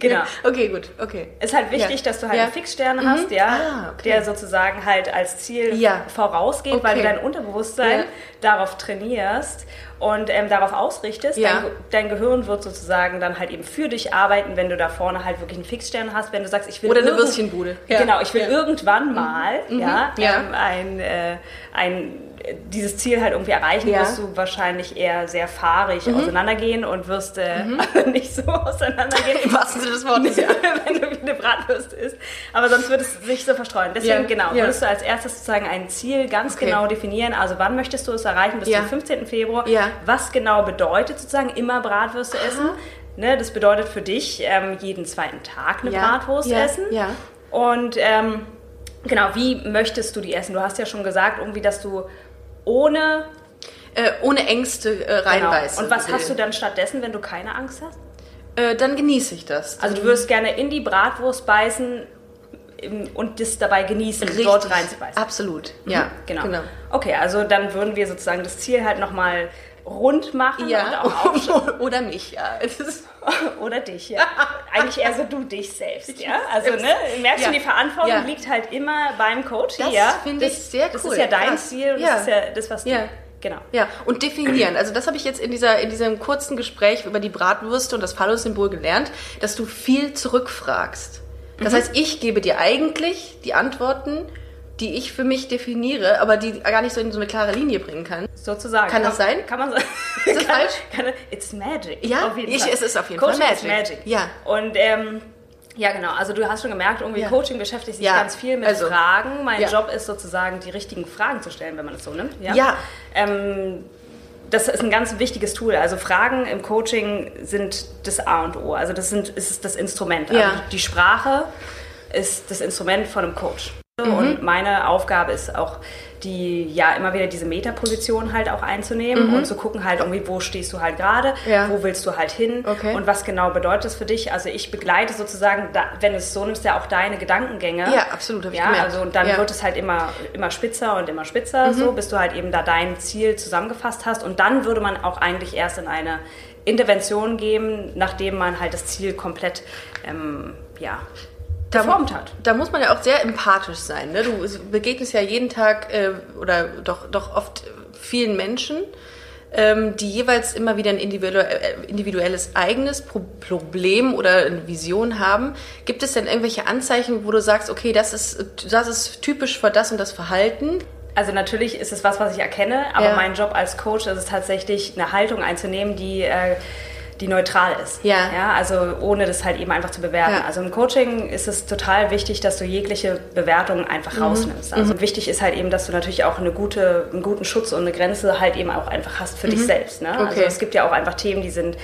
Speaker 3: Genau.
Speaker 2: Okay, gut, okay.
Speaker 3: Ist halt wichtig,
Speaker 2: Ja.
Speaker 3: dass du halt
Speaker 2: Ja.
Speaker 3: einen Fixstern hast, ja,
Speaker 2: Ah, okay.
Speaker 3: der sozusagen halt als Ziel
Speaker 2: Ja.
Speaker 3: vorausgeht, weil du
Speaker 2: Okay.
Speaker 3: dein Unterbewusstsein
Speaker 2: Ja.
Speaker 3: darauf trainierst und ähm, darauf ausrichtest.
Speaker 2: Ja.
Speaker 3: Dein, dein Gehirn wird sozusagen dann halt eben für dich arbeiten, wenn du da vorne halt wirklich einen Fixstern hast, wenn du sagst, ich will
Speaker 2: Oder eine
Speaker 3: irgend-
Speaker 2: Würstchenbude. Ja.
Speaker 3: Genau, ich will
Speaker 2: Ja. Mhm.
Speaker 3: irgendwann mal ja,
Speaker 2: Ja.
Speaker 3: Ähm, ein, äh, ein äh, dieses Ziel halt irgendwie erreichen,
Speaker 2: Ja. Mhm.
Speaker 3: wirst du wahrscheinlich eher sehr fahrig auseinandergehen und wirst äh, nicht so auseinandergehen
Speaker 2: Im wahrsten Sinne des Wortes, ja.
Speaker 3: wenn du wie eine Bratwurst isst. Aber sonst würde es sich so verstreuen. Deswegen,
Speaker 2: Ja,
Speaker 3: genau,
Speaker 2: ja.
Speaker 3: würdest du als erstes sozusagen ein Ziel ganz
Speaker 2: Okay.
Speaker 3: genau definieren. Also, wann möchtest du es erreichen? Bis
Speaker 2: Ja.
Speaker 3: zum 15. Februar.
Speaker 2: Ja.
Speaker 3: Was genau bedeutet sozusagen immer Bratwürste essen? Ne, das bedeutet für dich, ähm, jeden zweiten Tag eine
Speaker 2: Ja,
Speaker 3: Bratwurst
Speaker 2: ja,
Speaker 3: essen.
Speaker 2: ja.
Speaker 3: Und ähm, genau, wie möchtest du die essen? Du hast ja schon gesagt, irgendwie, dass du ohne
Speaker 2: Äh, ohne Ängste äh,
Speaker 3: genau.
Speaker 2: reinbeißt.
Speaker 3: Und was hast du dann stattdessen, wenn du keine Angst hast?
Speaker 2: Äh, dann genieße ich das.
Speaker 3: Also du würdest gerne in die Bratwurst beißen im- und das dabei genießen,
Speaker 2: Richtig.
Speaker 3: dort reinzubeißen.
Speaker 2: Absolut, ja.
Speaker 3: Genau. Okay, also dann würden wir sozusagen das Ziel halt nochmal rund machen und
Speaker 2: Ja,
Speaker 3: auch auf
Speaker 2: oder mich, ja. Es ist,
Speaker 3: oder dich, ja. Eigentlich eher so du dich selbst, ja. Also
Speaker 2: selbst.
Speaker 3: ne, merkst
Speaker 2: Ja.
Speaker 3: du, die Verantwortung
Speaker 2: Ja.
Speaker 3: liegt halt immer beim Coach,
Speaker 2: Das
Speaker 3: ja.
Speaker 2: finde ich
Speaker 3: Das-
Speaker 2: sehr
Speaker 3: Das
Speaker 2: cool.
Speaker 3: ist ja dein
Speaker 2: Krass.
Speaker 3: Ziel und
Speaker 2: Ja.
Speaker 3: das ist ja das, was du,
Speaker 2: Ja.
Speaker 3: genau.
Speaker 2: ja, und definieren. Also das habe ich jetzt in, dieser, in diesem kurzen Gespräch über die Bratwürste und das Phallus-Symbol gelernt, dass du viel zurückfragst. Das heißt, ich gebe dir eigentlich die Antworten, die ich für mich definiere, aber die gar nicht so in so eine klare Linie bringen kann.
Speaker 3: Sozusagen.
Speaker 2: Kann das sein?
Speaker 3: Kann man so.
Speaker 2: Ist das
Speaker 3: kann,
Speaker 2: falsch?
Speaker 3: Kann, it's magic.
Speaker 2: Ja, ich- es ist auf jeden
Speaker 3: Coaching
Speaker 2: Fall
Speaker 3: Ist
Speaker 2: magic.
Speaker 3: magic.
Speaker 2: Ja.
Speaker 3: Und ähm, ja, genau. Also du hast schon gemerkt, irgendwie
Speaker 2: Ja.
Speaker 3: Coaching beschäftigt sich
Speaker 2: Ja,
Speaker 3: ganz viel mit
Speaker 2: also-
Speaker 3: Fragen. Mein
Speaker 2: Ja.
Speaker 3: Job ist sozusagen, die richtigen Fragen zu stellen, wenn man es so nimmt. Ja.
Speaker 2: Ja.
Speaker 3: Ähm, das ist ein ganz wichtiges Tool. Also Fragen im Coaching sind das A und O. Also das sind, es ist das Instrument.
Speaker 2: Ja.
Speaker 3: Also die Sprache ist das Instrument von einem Coach. Und
Speaker 2: Mhm.
Speaker 3: meine Aufgabe ist auch, die ja immer wieder diese Metaposition halt auch einzunehmen und zu gucken halt irgendwie, wo stehst du halt gerade,
Speaker 2: Mhm. Ja.
Speaker 3: wo willst du halt hin
Speaker 2: Okay.
Speaker 3: und was genau bedeutet das für dich. Also ich begleite sozusagen, da, wenn du es so nimmst, ja auch deine Gedankengänge.
Speaker 2: Ja, absolut, hab ich
Speaker 3: ja,
Speaker 2: gemerkt.
Speaker 3: also und dann
Speaker 2: Ja. Mhm.
Speaker 3: wird es halt immer, immer spitzer und immer spitzer, so bis du halt eben da dein Ziel zusammengefasst hast und dann würde man auch eigentlich erst in eine Intervention gehen, nachdem man halt das Ziel komplett, ähm, ja, performt hat.
Speaker 2: Da muss man ja auch sehr empathisch sein. Ne? Du es- begegnest ja jeden Tag äh, oder doch, doch oft äh, vielen Menschen, ähm, die jeweils immer wieder ein individu- äh, individuelles eigenes Pro Problem oder eine Vision haben. Gibt es denn irgendwelche Anzeichen, wo du sagst, okay, das ist, das ist typisch für das und das Verhalten?
Speaker 3: Also natürlich ist es was, was ich erkenne, aber
Speaker 2: Ja.
Speaker 3: mein Job als Coach ist es tatsächlich, eine Haltung einzunehmen, die, äh, die neutral ist.
Speaker 2: Ja.
Speaker 3: Also ohne das halt eben einfach zu bewerten.
Speaker 2: Ja.
Speaker 3: Also im Coaching ist es total wichtig, dass du jegliche Bewertung einfach
Speaker 2: Mhm.
Speaker 3: rausnimmst. Also wichtig ist halt eben, dass du natürlich auch eine gute, einen guten Schutz und eine Grenze halt eben auch einfach hast für dich selbst. Ne? Also
Speaker 2: Mhm. Okay.
Speaker 3: es gibt ja auch einfach Themen, die sind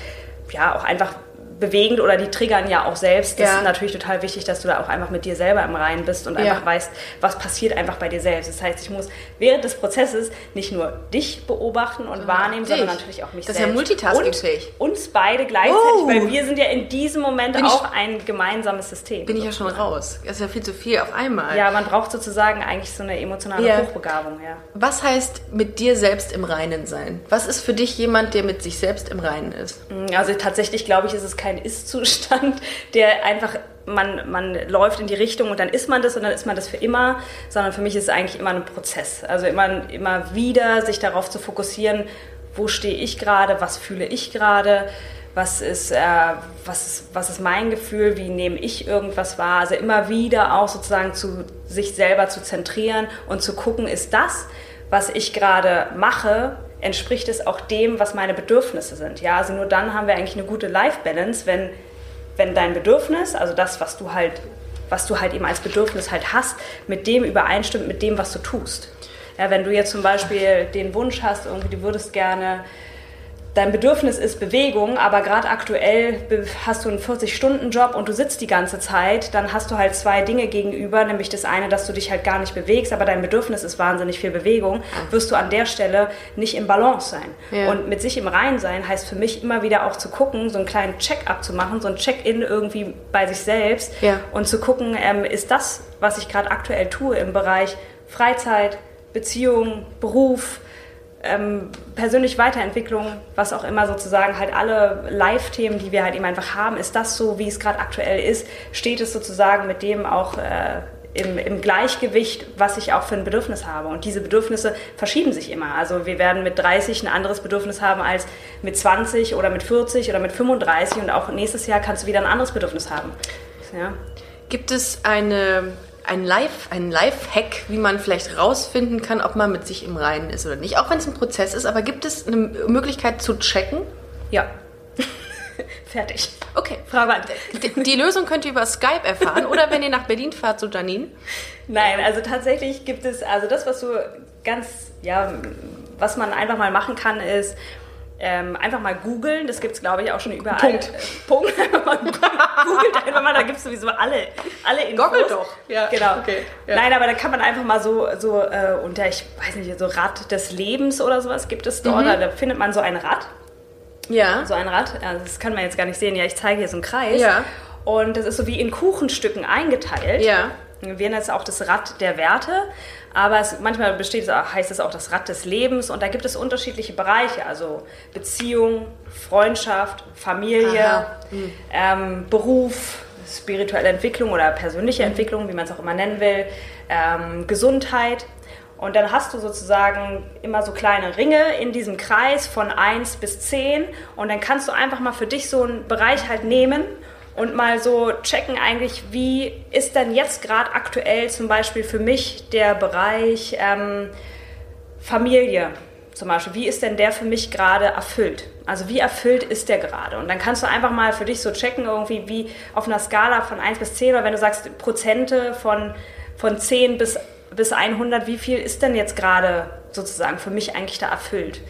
Speaker 3: ja auch einfach bewegend oder die triggern ja auch selbst. Das
Speaker 2: Ja.
Speaker 3: ist natürlich total wichtig, dass du da auch einfach mit dir selber im Reinen bist und
Speaker 2: Ja.
Speaker 3: einfach weißt, was passiert einfach bei dir selbst. Das heißt, ich muss während des Prozesses nicht nur dich beobachten und wahrnehmen,
Speaker 2: Ah, dich.
Speaker 3: sondern natürlich auch mich
Speaker 2: Das ist ja
Speaker 3: selbst.
Speaker 2: multitaskingfähig.
Speaker 3: Und uns beide gleichzeitig,
Speaker 2: Wow.
Speaker 3: weil wir sind ja in diesem Moment
Speaker 2: Bin ich-
Speaker 3: auch ein gemeinsames System.
Speaker 2: Bin ich ja schon raus. Das ist ja viel zu viel auf einmal.
Speaker 3: ja, man braucht sozusagen eigentlich so eine emotionale
Speaker 2: Ja.
Speaker 3: Hochbegabung, ja.
Speaker 2: Was heißt mit dir selbst im Reinen sein? Was ist für dich jemand, der mit sich selbst im Reinen ist?
Speaker 3: Also tatsächlich glaube ich, ist es kein Ist-Zustand, der einfach, man, man läuft in die Richtung und dann ist man das und dann ist man das für immer, sondern für mich ist es eigentlich immer ein Prozess. Also immer, immer wieder sich darauf zu fokussieren, wo stehe ich gerade, was fühle ich gerade, was ist, äh, was, ist, was ist mein Gefühl, wie nehme ich irgendwas wahr. Also immer wieder auch sozusagen zu sich selber zu zentrieren und zu gucken, ist das, was ich gerade mache, entspricht es auch dem, was meine Bedürfnisse sind. Ja, also nur dann haben wir eigentlich eine gute Life-Balance, wenn, wenn dein Bedürfnis, also das, was du halt, was du halt eben als Bedürfnis halt hast, mit dem übereinstimmt, mit dem, was du tust. Ja, wenn du jetzt zum Beispiel den Wunsch hast, irgendwie, du würdest gerne dein Bedürfnis ist Bewegung, aber gerade aktuell be- hast du einen 40-Stunden-Job und du sitzt die ganze Zeit, dann hast du halt zwei Dinge gegenüber, nämlich das eine, dass du dich halt gar nicht bewegst, aber dein Bedürfnis ist wahnsinnig viel Bewegung, wirst du an der Stelle nicht im Balance sein.
Speaker 2: Ja.
Speaker 3: Und mit sich im Reinen sein heißt für mich immer wieder auch zu gucken, so einen kleinen Check-up zu machen, so ein Check-in irgendwie bei sich selbst
Speaker 2: Ja.
Speaker 3: und zu gucken, ähm, ist das, was ich gerade aktuell tue im Bereich Freizeit, Beziehung, Beruf, ähm, persönliche Weiterentwicklung, was auch immer sozusagen, halt alle Live-Themen, die wir halt eben einfach haben, ist das so, wie es gerade aktuell ist, steht es sozusagen mit dem auch äh, im, im Gleichgewicht, was ich auch für ein Bedürfnis habe. Und diese Bedürfnisse verschieben sich immer. Also wir werden mit 30 ein anderes Bedürfnis haben als mit 20 oder mit 40 oder mit 35 und auch nächstes Jahr kannst du wieder ein anderes Bedürfnis haben. Ja.
Speaker 2: Gibt es eine, ein Live, ein Live-Hack, wie man vielleicht rausfinden kann, ob man mit sich im Reinen ist oder nicht? Auch wenn es ein Prozess ist, aber gibt es eine Möglichkeit zu checken?
Speaker 3: ja. Fertig.
Speaker 2: Okay.
Speaker 3: Frage an
Speaker 2: Die, die Lösung könnt ihr über Skype erfahren oder wenn ihr nach Berlin fahrt zu Janine. Ähm.
Speaker 3: Nein, also tatsächlich gibt es, also das, was du ganz, ja, was man einfach mal machen kann, ist ähm, einfach mal googeln. Das gibt es, glaube ich, auch schon überall.
Speaker 2: Punkt.
Speaker 3: Äh, Punkt. Man googelt einfach mal, da gibt es sowieso alle, alle Infos.
Speaker 2: Goggle doch. Ja,
Speaker 3: Genau.
Speaker 2: okay, ja.
Speaker 3: Nein, aber da kann man einfach mal so, so äh, unter, ich weiß nicht, so Rad des Lebens oder sowas gibt es dort.
Speaker 2: Mhm.
Speaker 3: Da findet man so ein Rad
Speaker 2: Ja.
Speaker 3: so ein Rad. Also das kann man jetzt gar nicht sehen. Ja, ich zeige hier so einen Kreis.
Speaker 2: Ja.
Speaker 3: Und das ist so wie in Kuchenstücken eingeteilt.
Speaker 2: Ja.
Speaker 3: Wir nennen es auch das Rad der Werte, aber es, manchmal besteht, es auch- heißt es auch das Rad des Lebens und da gibt es unterschiedliche Bereiche, also Beziehung, Freundschaft, Familie,
Speaker 2: Aha.
Speaker 3: ähm, Beruf, spirituelle Entwicklung oder persönliche Entwicklung, wie man es auch immer nennen will, ähm, Gesundheit. Und dann hast du sozusagen immer so kleine Ringe in diesem Kreis von 1 bis 10 und dann kannst du einfach mal für dich so einen Bereich halt nehmen und mal so checken eigentlich, wie ist denn jetzt gerade aktuell zum Beispiel für mich der Bereich... Ähm, Familie zum Beispiel, wie ist denn der für mich gerade erfüllt? Also wie erfüllt ist der gerade? Und dann kannst du einfach mal für dich so checken, irgendwie wie auf einer Skala von 1 bis 10 oder wenn du sagst Prozente von, von 10 bis, bis 100, wie viel ist denn jetzt gerade sozusagen für mich eigentlich da erfüllt?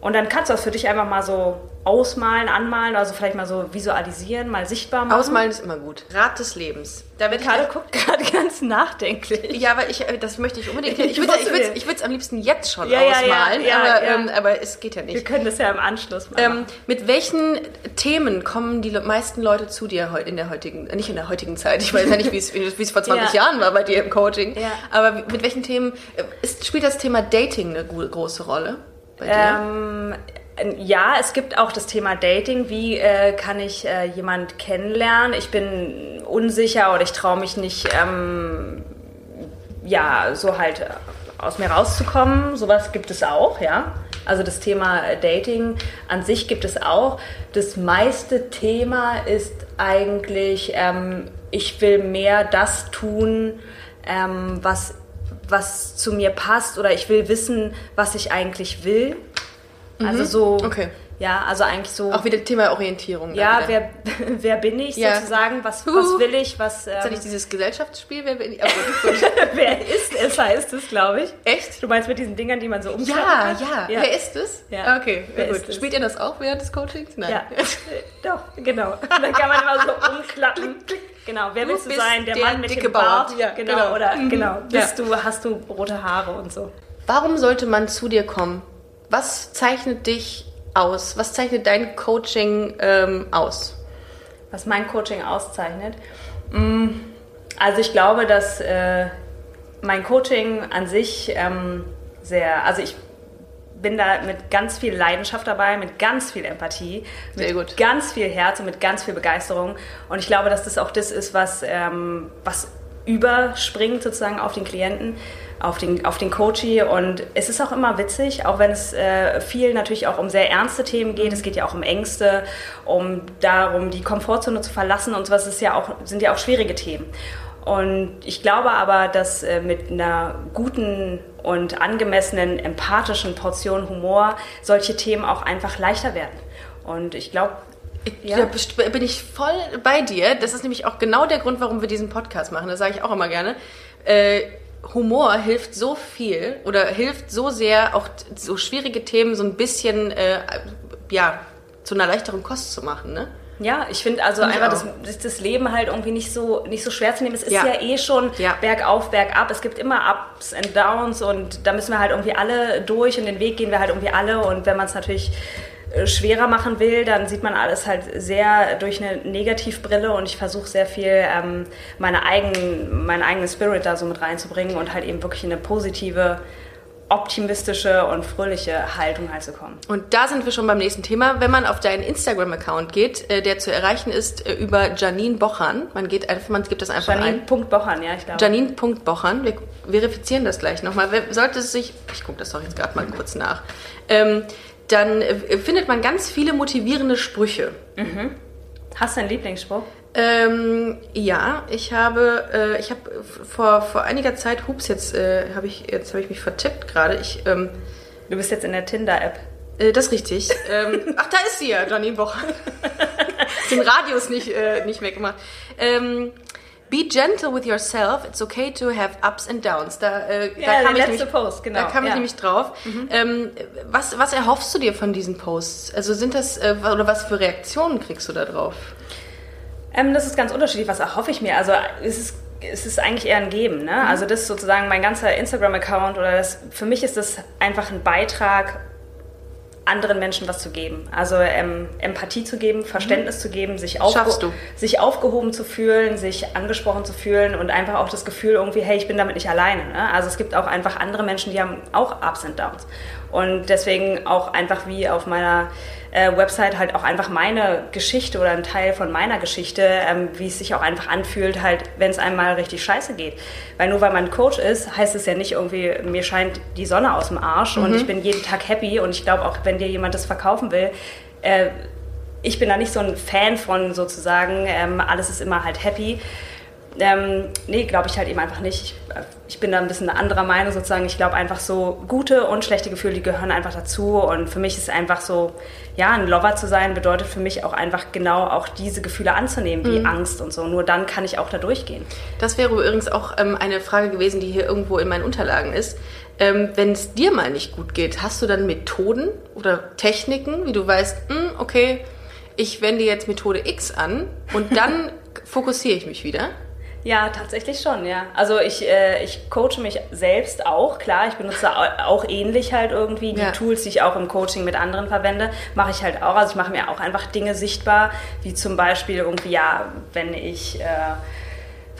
Speaker 3: Und dann kannst du das für dich einfach mal so ausmalen, anmalen, also vielleicht mal so visualisieren, mal sichtbar machen.
Speaker 2: Ausmalen ist immer gut. Rat des Lebens. Da werde ich
Speaker 3: Gerade guckt gerade ganz nachdenklich.
Speaker 2: Ja, aber ich, äh, das möchte ich unbedingt.
Speaker 3: Ich
Speaker 2: Ich würde es
Speaker 3: wusste
Speaker 2: ich würd's,
Speaker 3: nicht.
Speaker 2: ich würd's am liebsten jetzt schon
Speaker 3: Ja, ja, ja,
Speaker 2: ausmalen,
Speaker 3: ja,
Speaker 2: aber,
Speaker 3: ja.
Speaker 2: Ähm, aber es geht ja nicht.
Speaker 3: Wir können das ja im Anschluss machen.
Speaker 2: Ähm, mit welchen Themen kommen die le- meisten Leute zu dir heu- in der heutigen, äh, nicht in der heutigen Zeit, ich weiß ja nicht, wie es wie es vor 20
Speaker 3: Ja.
Speaker 2: Jahren war bei dir im Coaching,
Speaker 3: Ja.
Speaker 2: aber mit welchen Themen, äh, ist, spielt das Thema Dating eine gu- große Rolle bei dir?
Speaker 3: Ähm, ja, es gibt auch das Thema Dating. Wie äh, kann ich äh, jemand kennenlernen? Ich bin unsicher oder ich traue mich nicht, ähm, ja, so halt äh, aus mir rauszukommen. Sowas gibt es auch, ja. Also das Thema äh, Dating an sich gibt es auch. Das meiste Thema ist eigentlich, ähm, ich will mehr das tun, ähm, was, was zu mir passt oder ich will wissen, was ich eigentlich will. Also so,
Speaker 2: Mhm. Okay.
Speaker 3: ja, also eigentlich so,
Speaker 2: Auch wieder Thema Orientierung. dann
Speaker 3: ja,
Speaker 2: wieder.
Speaker 3: wer, wer bin ich
Speaker 2: Ja.
Speaker 3: sozusagen, was,
Speaker 2: Huhu.
Speaker 3: was will ich, was,
Speaker 2: Ist das
Speaker 3: ähm,
Speaker 2: nicht dieses Gesellschaftsspiel? Wer bin ich? Ah, gut, gut.
Speaker 3: wer ist es, heißt es, glaube ich.
Speaker 2: Echt?
Speaker 3: Du meinst mit diesen Dingern, die man so umschalten
Speaker 2: Ja,
Speaker 3: kann?
Speaker 2: ja,
Speaker 3: ja.
Speaker 2: Wer ist es?
Speaker 3: Ja.
Speaker 2: Okay,
Speaker 3: Wer
Speaker 2: gut.
Speaker 3: ist es?
Speaker 2: Spielt ihr das auch während des Coachings? Nein.
Speaker 3: Ja, doch, genau. Und dann kann man immer so umklappen. Genau, wer
Speaker 2: Du
Speaker 3: willst du
Speaker 2: bist
Speaker 3: sein? Der,
Speaker 2: der
Speaker 3: Mann mit
Speaker 2: dicke
Speaker 3: dem Bart.
Speaker 2: Bauer. Ja,
Speaker 3: genau,
Speaker 2: genau.
Speaker 3: oder
Speaker 2: Mhm.
Speaker 3: genau. Bist
Speaker 2: Ja.
Speaker 3: du, hast du rote Haare und so.
Speaker 2: Warum sollte man zu dir kommen? Was zeichnet dich aus? Was zeichnet dein Coaching ähm, aus?
Speaker 3: was mein Coaching auszeichnet. Mm, Also ich glaube, dass äh, mein Coaching an sich ähm, sehr, also ich bin da mit ganz viel Leidenschaft dabei, mit ganz viel Empathie, mit
Speaker 2: Sehr gut.
Speaker 3: ganz viel Herz und mit ganz viel Begeisterung. Und ich glaube, dass das auch das ist, was, ähm, was überspringt sozusagen auf den Klienten, auf den, auf den Coachee. Und es ist auch immer witzig, auch wenn es äh, viel natürlich auch um sehr ernste Themen geht. Es geht ja auch um Ängste, um darum, die Komfortzone zu verlassen und sowas ist ja auch, sind ja auch schwierige Themen. Und ich glaube aber, dass äh, mit einer guten und angemessenen, empathischen Portion Humor solche Themen auch einfach leichter werden. Und ich glaube,
Speaker 2: Ja. Da
Speaker 3: Ja.
Speaker 2: best- bin ich voll bei dir. Das ist nämlich auch genau der Grund, warum wir diesen Podcast machen. Das sage ich auch immer gerne. Äh, Humor hilft so viel oder hilft so sehr, auch t- so schwierige Themen so ein bisschen äh, ja, zu einer leichteren Kost zu machen. Ne?
Speaker 3: Ja, ich finde also
Speaker 2: Find ich
Speaker 3: einfach
Speaker 2: auch.
Speaker 3: das, das- das Leben halt irgendwie nicht so, nicht so schwer zu nehmen. Es ist
Speaker 2: Ja.
Speaker 3: ja, eh schon
Speaker 2: Ja.
Speaker 3: bergauf, bergab. Es gibt immer Ups and Downs und da müssen wir halt irgendwie alle durch und den Weg gehen wir halt irgendwie alle. Und wenn man es natürlich äh, schwerer machen will, dann sieht man alles halt sehr durch eine Negativbrille und ich versuche sehr viel ähm, meine eigenen, meinen eigenen Spirit da so mit reinzubringen und halt eben wirklich in eine positive, optimistische und fröhliche Haltung halt zu kommen.
Speaker 2: Und da sind wir schon beim nächsten Thema. Wenn man auf deinen Instagram-Account geht, äh, der zu erreichen ist äh, über Janine Bochern. Man geht einfach, man gibt das einfach
Speaker 3: Janine
Speaker 2: ein.
Speaker 3: Punkt Bochern, ja, ich glaube.
Speaker 2: Janine.bochern. Wir verifizieren das gleich nochmal. Wer- Sollte es sich, ich gucke das doch jetzt gerade mal kurz nach, ähm, dann äh, findet man ganz viele motivierende Sprüche.
Speaker 3: Hast du einen Lieblingsspruch?
Speaker 2: Ähm, ja, ich habe, äh, ich habe vor, vor einiger Zeit, hups, jetzt äh, habe ich, jetzt habe ich mich vertippt gerade. Ich, ähm,
Speaker 3: Du bist jetzt in der Tinder-App.
Speaker 2: Äh, das ist richtig. ähm, ach, da ist sie ja, Janine Woche. Den Radius nicht, äh, nicht weggemacht. Ähm, be gentle with yourself. It's okay to have ups and downs. Da, äh,
Speaker 3: Ja,
Speaker 2: da kam
Speaker 3: der
Speaker 2: ich
Speaker 3: letzte
Speaker 2: nämlich,
Speaker 3: Post, genau,
Speaker 2: Da kam ich
Speaker 3: ja. Mhm.
Speaker 2: nämlich drauf. Ähm, was, was erhoffst du dir von diesen Posts? Also sind das, äh, oder was für Reaktionen kriegst du da drauf?
Speaker 3: Ähm, das ist ganz unterschiedlich. Was erhoffe ich mir? Also es ist, es ist eigentlich eher ein Geben. Ne?
Speaker 2: Mhm.
Speaker 3: Also das ist sozusagen mein ganzer Instagram-Account oder das, für mich ist das einfach ein Beitrag, anderen Menschen was zu geben. Also ähm, Empathie zu geben, Verständnis zu geben, sich, aufge
Speaker 2: Mhm. Schaffst du.
Speaker 3: sich aufgehoben zu fühlen, sich angesprochen zu fühlen und einfach auch das Gefühl irgendwie, hey, ich bin damit nicht alleine. Ne? Also es gibt auch einfach andere Menschen, die haben auch Ups und Downs. Und deswegen auch einfach wie auf meiner äh, Website halt auch einfach meine Geschichte oder ein Teil von meiner Geschichte, ähm, wie es sich auch einfach anfühlt, halt, wenn es einmal richtig scheiße geht. Weil nur weil man Coach ist, heißt es ja nicht irgendwie, mir scheint die Sonne aus dem Arsch und ich bin jeden Tag happy und ich glaube auch, wenn dir jemand das verkaufen will, äh, ich bin da nicht so ein Fan von sozusagen, ähm, alles ist immer halt happy. Ähm, nee, glaube ich halt eben einfach nicht. Ich, äh, ich bin da ein bisschen anderer Meinung sozusagen. Ich glaube einfach so, gute und schlechte Gefühle, die gehören einfach dazu. Und für mich ist einfach so, ja, ein Lover zu sein, bedeutet für mich auch einfach genau auch diese Gefühle anzunehmen, wie Angst und so. Nur dann kann ich auch da durchgehen.
Speaker 2: Das wäre übrigens auch ähm, eine Frage gewesen, die hier irgendwo in meinen Unterlagen ist. Ähm, Wenn es dir mal nicht gut geht, hast du dann Methoden oder Techniken, wie du weißt, hm, okay, ich wende jetzt Methode X an und dann fokussiere ich mich wieder?
Speaker 3: Ja, tatsächlich schon, ja. Also ich, äh, ich coache mich selbst auch, klar. Ich benutze au- auch ähnlich halt irgendwie die
Speaker 2: Ja.
Speaker 3: Tools, die ich auch im Coaching mit anderen verwende, mache ich halt auch. Also ich mache mir auch einfach Dinge sichtbar, wie zum Beispiel irgendwie, ja, wenn ich... Äh,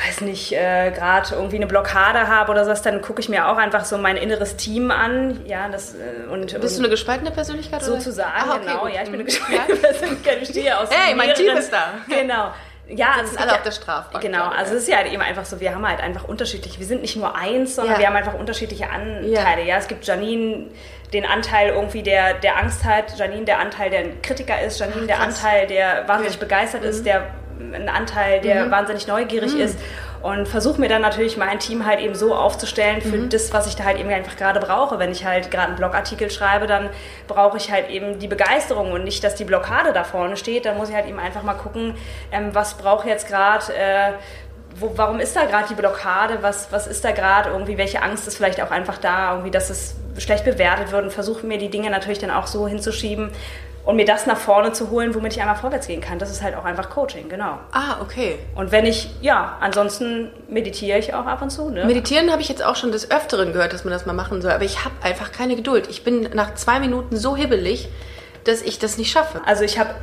Speaker 3: weiß nicht, äh, gerade irgendwie eine Blockade habe oder sowas, dann gucke ich mir auch einfach so mein inneres Team an. Ja, das äh, und,
Speaker 2: Bist du
Speaker 3: und
Speaker 2: eine gespaltene Persönlichkeit? oder?
Speaker 3: sozusagen,
Speaker 2: Ah, okay,
Speaker 3: genau.
Speaker 2: gut.
Speaker 3: Ja, ich bin eine
Speaker 2: Mhm.
Speaker 3: gespaltene Persönlichkeit, ich stehe aus
Speaker 2: Hey, mein Team
Speaker 3: mehreren-
Speaker 2: ist da.
Speaker 3: Genau. Ja, also es
Speaker 2: sitzen
Speaker 3: gibt
Speaker 2: alle
Speaker 3: ja-
Speaker 2: auf der Strafbank,
Speaker 3: Genau,
Speaker 2: glaube ich.
Speaker 3: also es ist ja halt eben einfach so, wir haben halt einfach unterschiedliche, wir sind nicht nur eins, sondern
Speaker 2: Ja.
Speaker 3: wir haben einfach unterschiedliche Anteile. Ja. es gibt Janine, den Anteil irgendwie, der, der Angst hat, Janine, der Anteil, der ein Kritiker ist, Janine, der
Speaker 2: krass.
Speaker 3: Anteil, der wahnsinnig
Speaker 2: Okay.
Speaker 3: begeistert ist, der ein Anteil, der wahnsinnig neugierig ist und versuche mir dann natürlich mein Team halt eben so aufzustellen für das, was ich da halt eben einfach gerade brauche. Wenn ich halt gerade einen Blogartikel schreibe, dann brauche ich halt eben die Begeisterung und nicht, dass die Blockade da vorne steht. Dann muss ich halt eben einfach mal gucken, ähm, was brauche ich jetzt gerade. Äh, wo, warum ist da gerade die Blockade? Was, was ist da gerade irgendwie? Welche Angst ist vielleicht auch einfach da, irgendwie, dass es schlecht bewertet wird? Und versuche mir die Dinge natürlich dann auch so hinzuschieben und mir das nach vorne zu holen, womit ich einmal vorwärts gehen kann. Das ist halt auch einfach Coaching, genau.
Speaker 2: Ah, okay.
Speaker 3: Und wenn ich, ja, ansonsten meditiere ich auch ab und zu, ne?
Speaker 2: Meditieren habe ich jetzt auch schon des Öfteren gehört, dass man das mal machen soll, aber ich habe einfach keine Geduld. Ich bin nach zwei Minuten so hibbelig, dass ich das nicht schaffe.
Speaker 3: Also ich habe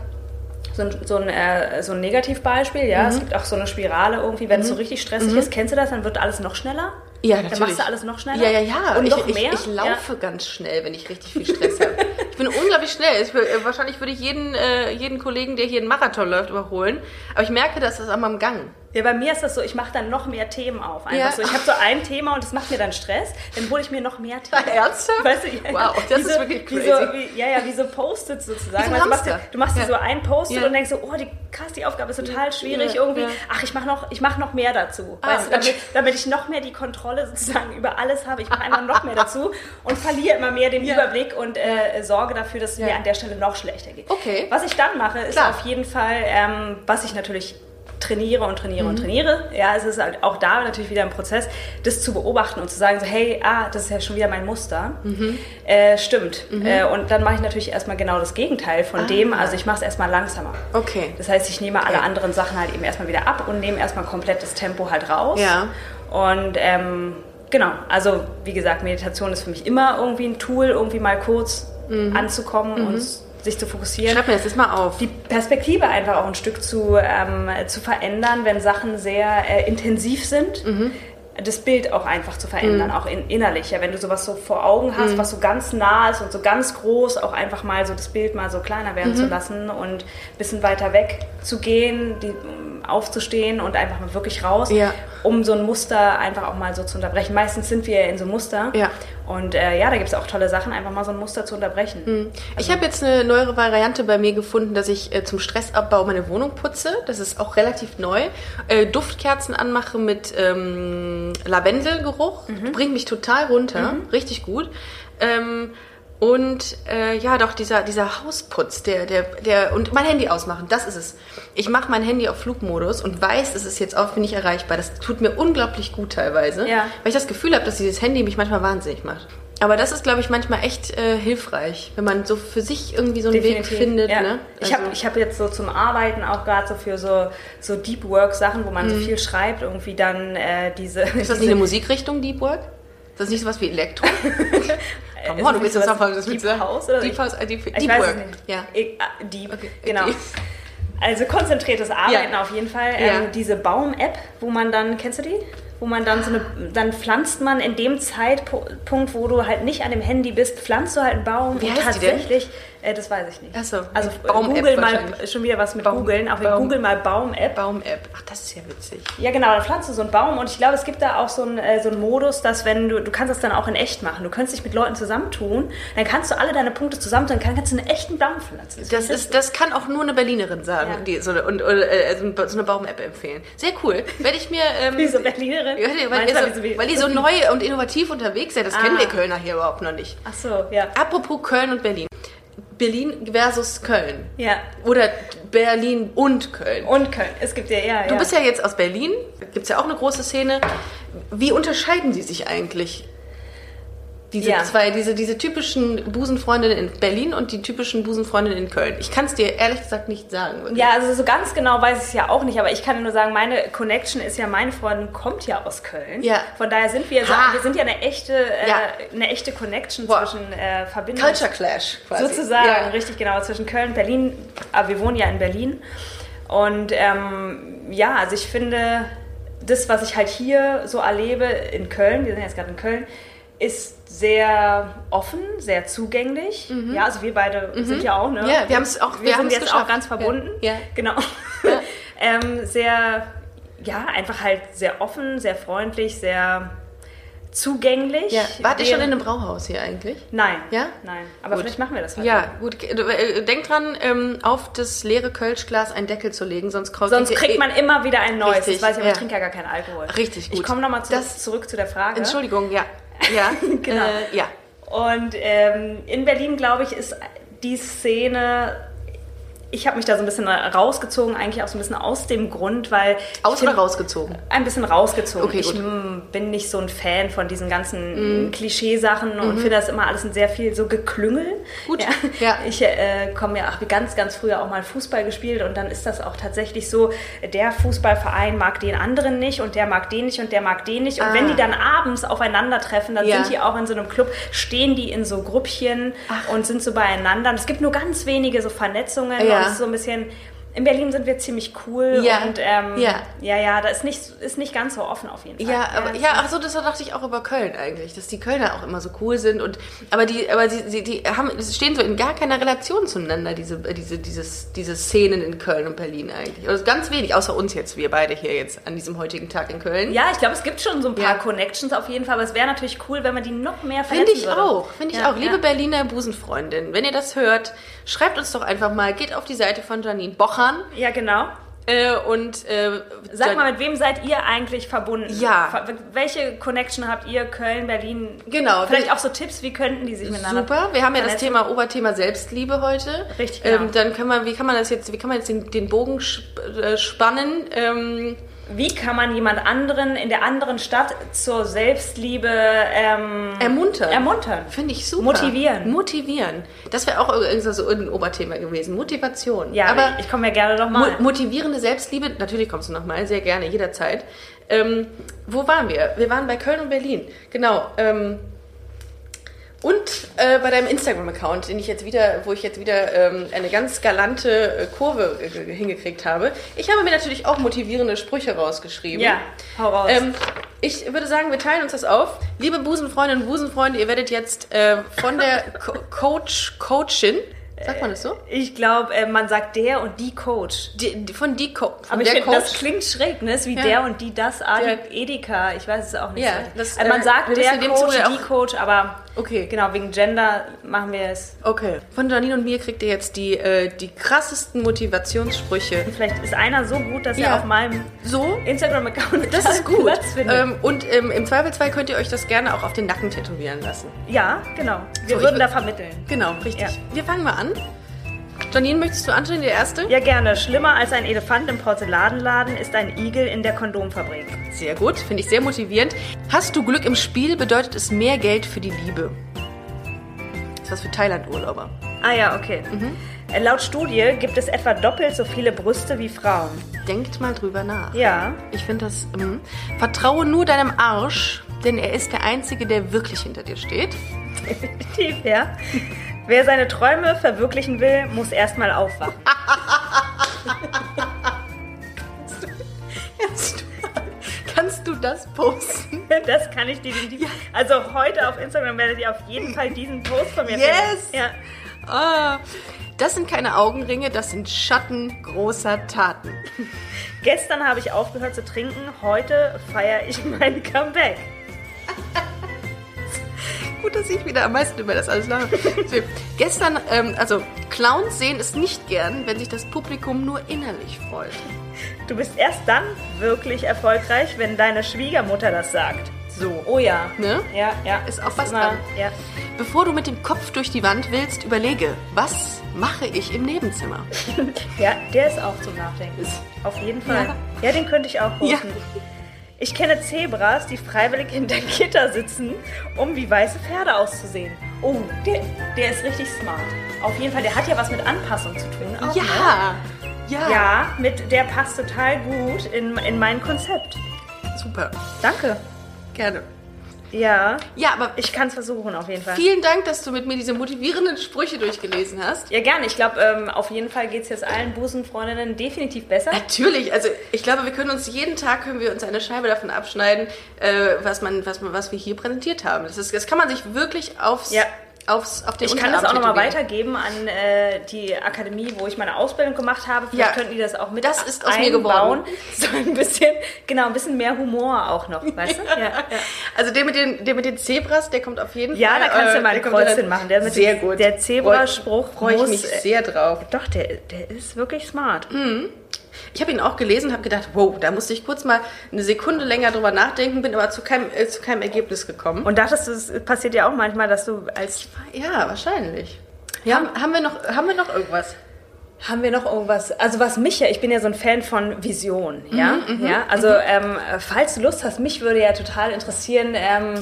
Speaker 3: so ein, so ein, äh, so ein Negativbeispiel, ja.
Speaker 2: Mhm.
Speaker 3: Es gibt auch so eine Spirale irgendwie, wenn es so richtig stressig ist, kennst du das, dann wird alles noch schneller.
Speaker 2: Ja,
Speaker 3: Dann machst du alles noch schneller.
Speaker 2: Ja, ja, ja.
Speaker 3: Und
Speaker 2: ich,
Speaker 3: noch
Speaker 2: ich,
Speaker 3: mehr.
Speaker 2: ich
Speaker 3: Ja.
Speaker 2: laufe ganz schnell, wenn ich richtig viel Stress habe. Ich bin unglaublich schnell. Ich, will- äh, wahrscheinlich würde ich jeden, äh, jeden Kollegen, der hier einen Marathon läuft, überholen. Aber ich merke, dass das an meinem Gang.
Speaker 3: Ja, bei mir ist das so, ich mache dann noch mehr Themen auf. Einfach
Speaker 2: Ja.
Speaker 3: so. Ich habe so ein Thema und das macht mir dann Stress, dann hole ich mir noch mehr Themen.
Speaker 2: Ernsthaft?
Speaker 3: Weißt du, ja,
Speaker 2: Wow, das
Speaker 3: wie
Speaker 2: ist
Speaker 3: so-
Speaker 2: wirklich
Speaker 3: wie
Speaker 2: crazy.
Speaker 3: so, wie, ja, ja, wie so Post-its sozusagen.
Speaker 2: Wie so ein
Speaker 3: Weißt du, du machst, dir,
Speaker 2: Hamster.
Speaker 3: du machst dir
Speaker 2: Ja.
Speaker 3: so ein Post-it
Speaker 2: Ja.
Speaker 3: und denkst so, oh, die, krass, die Aufgabe ist total schwierig
Speaker 2: Ja,
Speaker 3: irgendwie.
Speaker 2: ja.
Speaker 3: Ach, ich mache noch, ich mach noch mehr dazu.
Speaker 2: Ah,
Speaker 3: weißt du, damit, damit ich noch mehr die Kontrolle sozusagen über alles habe. Ich mache einfach noch mehr dazu und verliere immer mehr den
Speaker 2: Ja.
Speaker 3: Überblick und äh, sorge dafür, dass es mir
Speaker 2: Ja.
Speaker 3: an der Stelle noch schlechter geht.
Speaker 2: Okay.
Speaker 3: Was ich dann mache, ist
Speaker 2: Klar.
Speaker 3: auf jeden Fall, ähm, was ich natürlich trainiere und trainiere
Speaker 2: Mhm.
Speaker 3: und trainiere. Ja, es ist halt auch da natürlich wieder ein Prozess, das zu beobachten und zu sagen so, hey, ah, das ist ja schon wieder mein Muster.
Speaker 2: Mhm.
Speaker 3: Äh, stimmt. Äh, und dann mache ich natürlich erstmal genau das Gegenteil von dem. Also ich mache es erstmal langsamer.
Speaker 2: Ah. Okay.
Speaker 3: Das heißt, ich nehme alle anderen Sachen halt eben erstmal wieder ab und nehme erstmal komplett das Tempo halt raus.
Speaker 2: Ja.
Speaker 3: Und ähm, genau, also wie gesagt, Meditation ist für mich immer irgendwie ein Tool, irgendwie mal kurz anzukommen und s- sich zu fokussieren
Speaker 2: Mhm. Schreib mir das jetzt mal auf.
Speaker 3: die Perspektive einfach auch ein Stück zu, ähm, zu verändern, wenn Sachen sehr äh, intensiv sind.
Speaker 2: Mhm.
Speaker 3: Das Bild auch einfach zu verändern, auch in, innerlich. Ja, wenn du sowas so vor Augen
Speaker 2: Mhm.
Speaker 3: hast, was so ganz nah ist und so ganz groß, auch einfach mal so das Bild mal so kleiner werden
Speaker 2: Mhm.
Speaker 3: zu lassen und ein bisschen weiter weg zu gehen, die, um aufzustehen und einfach mal wirklich raus,
Speaker 2: Ja.
Speaker 3: um so ein Muster einfach auch mal so zu unterbrechen. Meistens sind wir ja in so einem Muster.
Speaker 2: Ja.
Speaker 3: Und äh, ja, da gibt es auch tolle Sachen, einfach mal so ein Muster zu unterbrechen.
Speaker 2: Ich habe jetzt eine neuere Variante bei mir gefunden, dass ich äh, zum Stressabbau meine Wohnung putze. Das ist auch relativ neu. Äh, Duftkerzen anmache mit ähm, Lavendelgeruch. Bringt mich total runter. Richtig gut. Ähm, und äh, ja, doch dieser, dieser Hausputz, der, der, der, und mein Handy ausmachen, das ist es. Ich mache mein Handy auf Flugmodus und weiß, es ist jetzt auch nicht erreichbar. Das tut mir unglaublich gut teilweise,
Speaker 3: Ja.
Speaker 2: weil ich das Gefühl habe, dass dieses Handy mich manchmal wahnsinnig macht. Aber das ist, glaube ich, manchmal echt äh, hilfreich, wenn man so für sich irgendwie so einen Weg findet.
Speaker 3: ja.
Speaker 2: Ne?
Speaker 3: Ich habe ich hab jetzt so zum Arbeiten auch gerade so für so, so Deep Work Sachen, wo man so viel schreibt, irgendwie dann äh, diese.
Speaker 2: Mhm. ist das nicht eine Musikrichtung, Deep Work? Ist das nicht sowas wie Elektro? Come on, du willst das einfach das
Speaker 3: Deep
Speaker 2: willst du-
Speaker 3: House oder
Speaker 2: Deep
Speaker 3: Ich-
Speaker 2: House, äh, Deep,
Speaker 3: Ich
Speaker 2: Deep
Speaker 3: weiß
Speaker 2: Work.
Speaker 3: es nicht.
Speaker 2: Ja.
Speaker 3: Ich- ah, Deep,
Speaker 2: Okay.
Speaker 3: genau.
Speaker 2: Deep.
Speaker 3: Also konzentriertes Arbeiten
Speaker 2: Ja.
Speaker 3: auf jeden Fall.
Speaker 2: Ja.
Speaker 3: Ähm, diese Baum-App, wo man dann, kennst du die? Wo man dann so eine, dann pflanzt man in dem Zeitpunkt, wo du halt nicht an dem Handy bist, pflanzt du halt einen Baum
Speaker 2: Wie
Speaker 3: und
Speaker 2: heißt die denn?
Speaker 3: tatsächlich Äh, das weiß ich nicht.
Speaker 2: Ach so,
Speaker 3: Also
Speaker 2: mit Baum-App
Speaker 3: Baum Google mal
Speaker 2: wahrscheinlich.
Speaker 3: schon wieder was mit
Speaker 2: Baum-
Speaker 3: googeln, aber
Speaker 2: Baum-
Speaker 3: Google mal Baum-App.
Speaker 2: Baum-App. Ach, das ist ja witzig.
Speaker 3: Ja, genau, dann pflanzt du so einen Baum und ich glaube, es gibt da auch so einen, äh, so einen Modus, dass wenn du, du kannst das dann auch in echt machen. Du kannst dich mit Leuten zusammentun, dann kannst du alle deine Punkte zusammentun, dann kannst du einen echten Baum pflanzen.
Speaker 2: Das, ist, das kann auch nur eine Berlinerin sagen
Speaker 3: Ja.
Speaker 2: die, so eine, und, oder, äh, so eine- so eine Baum-App empfehlen. Sehr cool. Werde ich mir. Ähm,
Speaker 3: Wie so Berlinerin?
Speaker 2: Ja, weil,
Speaker 3: Meinst
Speaker 2: ihr
Speaker 3: du,
Speaker 2: so,
Speaker 3: wie so-
Speaker 2: weil ihr so neu und innovativ unterwegs seid. Das kennen
Speaker 3: Ah.
Speaker 2: wir Kölner hier überhaupt noch nicht.
Speaker 3: Ach so, ja.
Speaker 2: Apropos Köln und Berlin. Berlin versus Köln.
Speaker 3: Ja.
Speaker 2: Oder Berlin und Köln.
Speaker 3: Und Köln. Es gibt ja, ja,
Speaker 2: Du bist ja jetzt aus Berlin, gibt es ja auch eine große Szene. Wie unterscheiden die sich eigentlich? Diese
Speaker 3: Ja.
Speaker 2: zwei, diese, diese typischen Busenfreundinnen in Berlin und die typischen Busenfreundinnen in Köln. Ich kann es dir ehrlich gesagt nicht sagen.
Speaker 3: Ja, also so ganz genau weiß ich es ja auch nicht, aber ich kann nur sagen, meine Connection ist ja, meine Freundin kommt ja aus Köln.
Speaker 2: Ja.
Speaker 3: Von daher sind wir, so,
Speaker 2: Ha.
Speaker 3: wir sind ja eine echte, äh,
Speaker 2: Ja.
Speaker 3: eine echte Connection
Speaker 2: Boah.
Speaker 3: zwischen äh, Verbindung.
Speaker 2: Culture Clash quasi.
Speaker 3: Sozusagen,
Speaker 2: Also, Ja.
Speaker 3: richtig genau, zwischen Köln und Berlin. Aber wir wohnen ja in Berlin. Und ähm, ja, also ich finde, das, was ich halt hier so erlebe in Köln, wir sind jetzt gerade in Köln, ist sehr offen, sehr zugänglich. Ja, also wir beide sind ja auch, ne?
Speaker 2: Mhm. Ja, wir haben's auch- wir
Speaker 3: wir, sind
Speaker 2: haben's
Speaker 3: jetzt
Speaker 2: geschafft.
Speaker 3: auch ganz verbunden.
Speaker 2: Ja. Ja.
Speaker 3: Genau. ähm, sehr, ja, einfach halt sehr offen, sehr freundlich, sehr zugänglich.
Speaker 2: Ja. Wart ihr
Speaker 3: Wir-
Speaker 2: schon in einem Brauhaus hier eigentlich?
Speaker 3: Nein.
Speaker 2: Ja?
Speaker 3: Nein. Aber
Speaker 2: Gut.
Speaker 3: vielleicht machen wir das heute.
Speaker 2: Ja, gut. äh, Denk dran, ähm, auf das leere Kölschglas einen Deckel zu legen, sonst, kriegt
Speaker 3: Sonst
Speaker 2: ihr- eh-
Speaker 3: kriegt man immer wieder ein neues.
Speaker 2: Richtig,
Speaker 3: das weiß ich, aber
Speaker 2: ja.
Speaker 3: ich trinke ja gar keinen Alkohol.
Speaker 2: Richtig gut.
Speaker 3: Ich komme nochmal zu,
Speaker 2: Das-
Speaker 3: zurück zu der Frage.
Speaker 2: Entschuldigung, ja. Ja,
Speaker 3: Genau.
Speaker 2: Äh, ja.
Speaker 3: Und ähm, in Berlin, glaube ich, ist die Szene. Ich habe mich da so ein bisschen rausgezogen, eigentlich auch so ein bisschen aus dem Grund, weil. ich
Speaker 2: Aus oder
Speaker 3: find-
Speaker 2: rausgezogen?
Speaker 3: Ein bisschen rausgezogen.
Speaker 2: Okay,
Speaker 3: ich
Speaker 2: gut. Mhm.
Speaker 3: mm, bin nicht so ein Fan von diesen ganzen Klischeesachen und finde das immer alles ein sehr viel so geklüngel.
Speaker 2: Gut,
Speaker 3: Ja.
Speaker 2: ja.
Speaker 3: Ich äh, komme ja auch ganz, ganz früher auch mal Fußball gespielt und dann ist das auch tatsächlich so, der Fußballverein mag den anderen nicht und der mag den nicht und der mag den nicht. Und
Speaker 2: Ah.
Speaker 3: wenn die dann abends aufeinandertreffen, dann
Speaker 2: Ja.
Speaker 3: sind die auch in so einem Club, stehen die in so Gruppchen und sind so beieinander. Und es gibt nur ganz wenige so Vernetzungen
Speaker 2: Ja.
Speaker 3: und es ist so ein bisschen... In Berlin sind wir ziemlich cool
Speaker 2: Ja.
Speaker 3: und ähm,
Speaker 2: Ja.
Speaker 3: ja, ja, da ist nicht, ist nicht ganz so offen auf jeden Fall.
Speaker 2: Ja, aber, ja, ach so, das dachte ich auch über Köln eigentlich, dass die Kölner auch immer so cool sind und aber die, aber sie, sie die haben, es stehen so in gar keiner Relation zueinander diese, diese, dieses, diese Szenen in Köln und Berlin eigentlich. Also ganz wenig, außer uns jetzt, wir beide hier jetzt an diesem heutigen Tag in Köln.
Speaker 3: Ja, ich glaube, es gibt schon so ein
Speaker 2: Ja.
Speaker 3: paar Connections auf jeden Fall, aber es wäre natürlich cool, wenn man die noch mehr vernetzen
Speaker 2: Finde ich
Speaker 3: würde.
Speaker 2: auch, finde ich
Speaker 3: Ja,
Speaker 2: auch. Liebe
Speaker 3: ja.
Speaker 2: Berliner Busenfreundin, wenn ihr das hört, schreibt uns doch einfach mal, geht auf die Seite von Janine Bochern
Speaker 3: Ja, genau.
Speaker 2: äh, und äh,
Speaker 3: Sag
Speaker 2: Jan-
Speaker 3: mal, mit wem seid ihr eigentlich verbunden?
Speaker 2: Ja.
Speaker 3: Ver- Welche Connection habt ihr? Köln, Berlin?
Speaker 2: Genau.
Speaker 3: Vielleicht auch so Tipps, wie könnten die sich miteinander
Speaker 2: Super, wir haben ja das
Speaker 3: vernetzen?
Speaker 2: Thema Oberthema Selbstliebe heute.
Speaker 3: Richtig, genau.
Speaker 2: Ähm, dann kann man, wie kann man das jetzt, wie kann man jetzt den, den Bogen sp äh, spannen? Ähm,
Speaker 3: Wie kann man jemand anderen in der anderen Stadt zur Selbstliebe ähm,
Speaker 2: ermuntern.
Speaker 3: ermuntern?
Speaker 2: Finde ich super.
Speaker 3: Motivieren.
Speaker 2: Motivieren. Das wäre auch irgendwie so ein Oberthema gewesen. Motivation.
Speaker 3: Ja,
Speaker 2: aber
Speaker 3: aber ich komme ja gerne
Speaker 2: mo
Speaker 3: nochmal.
Speaker 2: motivierende Selbstliebe, natürlich kommst du nochmal, sehr gerne, jederzeit. Ähm, wo waren wir? Wir waren bei Köln und Berlin. Genau. Ähm, Und äh, bei deinem Instagram-Account, den ich jetzt wieder, wo ich jetzt wieder ähm, eine ganz galante äh, Kurve äh, ge- hingekriegt habe. Ich habe mir natürlich auch motivierende Sprüche rausgeschrieben.
Speaker 3: Ja, hau raus.
Speaker 2: Ähm, ich würde sagen, wir teilen uns das auf. Liebe Busenfreundinnen und Busenfreunde, ihr werdet jetzt äh, von der Co Coach, Coachin, sagt man das so?
Speaker 3: Ich glaube, äh, man sagt der und die Coach.
Speaker 2: Die, die, von die Co von
Speaker 3: Aber ich
Speaker 2: der
Speaker 3: finde,
Speaker 2: Coach.
Speaker 3: das klingt schräg, ne? Ist wie
Speaker 2: Ja.
Speaker 3: der und die, das, Adi,
Speaker 2: Der-
Speaker 3: Edeka. Ich weiß es auch nicht.
Speaker 2: Ja,
Speaker 3: so.
Speaker 2: das,
Speaker 3: also man
Speaker 2: äh,
Speaker 3: sagt
Speaker 2: wir müssen
Speaker 3: der
Speaker 2: in dem
Speaker 3: Coach,
Speaker 2: Zuge
Speaker 3: die
Speaker 2: auch-
Speaker 3: Coach, aber
Speaker 2: Okay.
Speaker 3: genau, wegen Gender machen wir es.
Speaker 2: okay. Von Janine und mir kriegt ihr jetzt die, äh, die krassesten Motivationssprüche.
Speaker 3: Vielleicht ist einer so gut, dass
Speaker 2: Ja.
Speaker 3: er auf meinem
Speaker 2: So
Speaker 3: Instagram-Account
Speaker 2: Das ist gut.
Speaker 3: Platz findet.
Speaker 2: Ähm, und ähm, im Zweifelsfall könnt ihr euch das gerne auch auf den Nacken tätowieren lassen.
Speaker 3: ja, genau. Wir
Speaker 2: so, ich
Speaker 3: würden
Speaker 2: wür-
Speaker 3: da vermitteln.
Speaker 2: Genau, richtig.
Speaker 3: Ja.
Speaker 2: Wir fangen mal an. Janine, möchtest du anstellen, die erste?
Speaker 3: Ja, gerne. Schlimmer als ein Elefant im Porzellanladen ist ein Igel in der Kondomfabrik.
Speaker 2: Sehr gut, finde ich sehr motivierend. Hast du Glück im Spiel, bedeutet es mehr Geld für die Liebe. Das ist was für Thailand-Urlauber.
Speaker 3: Ah ja, okay.
Speaker 2: Mhm.
Speaker 3: Äh, Laut Studie gibt es etwa doppelt so viele Brüste wie Frauen.
Speaker 2: Denkt mal drüber nach.
Speaker 3: Ja.
Speaker 2: Ich finde das. mm. Vertraue nur deinem Arsch, denn er ist der Einzige, der wirklich hinter dir steht.
Speaker 3: Tief, ja. Wer seine Träume verwirklichen will, muss erstmal aufwachen.
Speaker 2: Kannst du, kannst du das posten?
Speaker 3: Das kann ich definitiv. Also heute auf Instagram werdet ihr auf jeden Fall diesen Post von mir
Speaker 2: Yes!
Speaker 3: finden. Ja.
Speaker 2: Ah, das sind keine Augenringe, das sind Schatten großer Taten.
Speaker 3: Gestern habe ich aufgehört zu trinken, heute feiere ich mein Comeback.
Speaker 2: Gut, dass ich wieder am meisten über das alles lache. So, Gestern, ähm, also Clowns sehen es nicht gern, wenn sich das Publikum nur innerlich freut.
Speaker 3: Du bist erst dann wirklich erfolgreich, wenn deine Schwiegermutter das sagt. So. Oh ja.
Speaker 2: Ne?
Speaker 3: Ja, ja.
Speaker 2: Ist auch was
Speaker 3: immer-
Speaker 2: dran.
Speaker 3: Ja.
Speaker 2: Bevor du mit dem Kopf durch die Wand willst, überlege, was mache ich im Nebenzimmer?
Speaker 3: ja, der ist auch zum Nachdenken.
Speaker 2: Ist-
Speaker 3: Auf jeden Fall. Ja, den könnte ich auch rufen. Ich kenne Zebras, die freiwillig hinter Gitter sitzen, um wie weiße Pferde auszusehen. Oh, der, der ist richtig smart. Auf jeden Fall, der hat ja was mit Anpassung zu tun. Auch, Ne?
Speaker 2: Ja, ja,
Speaker 3: Ja, mit, der passt total gut in, in mein Konzept.
Speaker 2: super,
Speaker 3: Danke.
Speaker 2: gerne.
Speaker 3: Ja,
Speaker 2: Ja, aber
Speaker 3: ich kann es versuchen auf jeden Fall.
Speaker 2: vielen Dank, dass du mit mir diese motivierenden Sprüche durchgelesen hast.
Speaker 3: Ja, gerne. Ich glaube, ähm, auf jeden Fall geht es jetzt allen Busenfreundinnen definitiv besser.
Speaker 2: Natürlich, also ich glaube, wir können uns jeden Tag können wir uns eine Scheibe davon abschneiden, äh, was man, was man, was wir hier präsentiert haben. Das, ist, das kann man sich wirklich aufs,
Speaker 3: Ja.
Speaker 2: aufs, auf den
Speaker 3: Ich kann das auch
Speaker 2: Unterarm
Speaker 3: nochmal
Speaker 2: tätowieren.
Speaker 3: weitergeben an äh, die Akademie, wo ich meine Ausbildung gemacht habe. Vielleicht
Speaker 2: Ja.
Speaker 3: könnten die das auch mit
Speaker 2: Das ist aus mir
Speaker 3: einbauen.
Speaker 2: geworden.
Speaker 3: So ein bisschen, genau, ein bisschen mehr Humor auch noch, weißt du? Ja, ja.
Speaker 2: Also der mit den, der mit den Zebras, der kommt auf jeden
Speaker 3: ja
Speaker 2: Fall.
Speaker 3: da kannst
Speaker 2: äh,
Speaker 3: du mal
Speaker 2: der
Speaker 3: ein
Speaker 2: kommt dann-
Speaker 3: Kreuzchen machen. Der mit
Speaker 2: sehr
Speaker 3: dem-
Speaker 2: gut.
Speaker 3: Der Zebraspruch
Speaker 2: Freue ich
Speaker 3: muss-
Speaker 2: mich sehr drauf.
Speaker 3: Doch, der, der ist wirklich smart.
Speaker 2: Ich habe ihn auch gelesen und habe gedacht, wow, da musste ich kurz mal eine Sekunde länger drüber nachdenken, bin aber zu keinem, äh, zu keinem Ergebnis gekommen.
Speaker 3: Und dachtest du, es passiert ja auch manchmal, dass du als
Speaker 2: ja, wahrscheinlich. Haben, haben, wir noch, haben wir noch irgendwas?
Speaker 3: Haben wir noch irgendwas? Also was mich ja, ich bin ja so ein Fan von Vision, ja,
Speaker 2: Mhm,
Speaker 3: ja. Also ähm, falls du Lust hast, mich würde ja total interessieren. Ähm,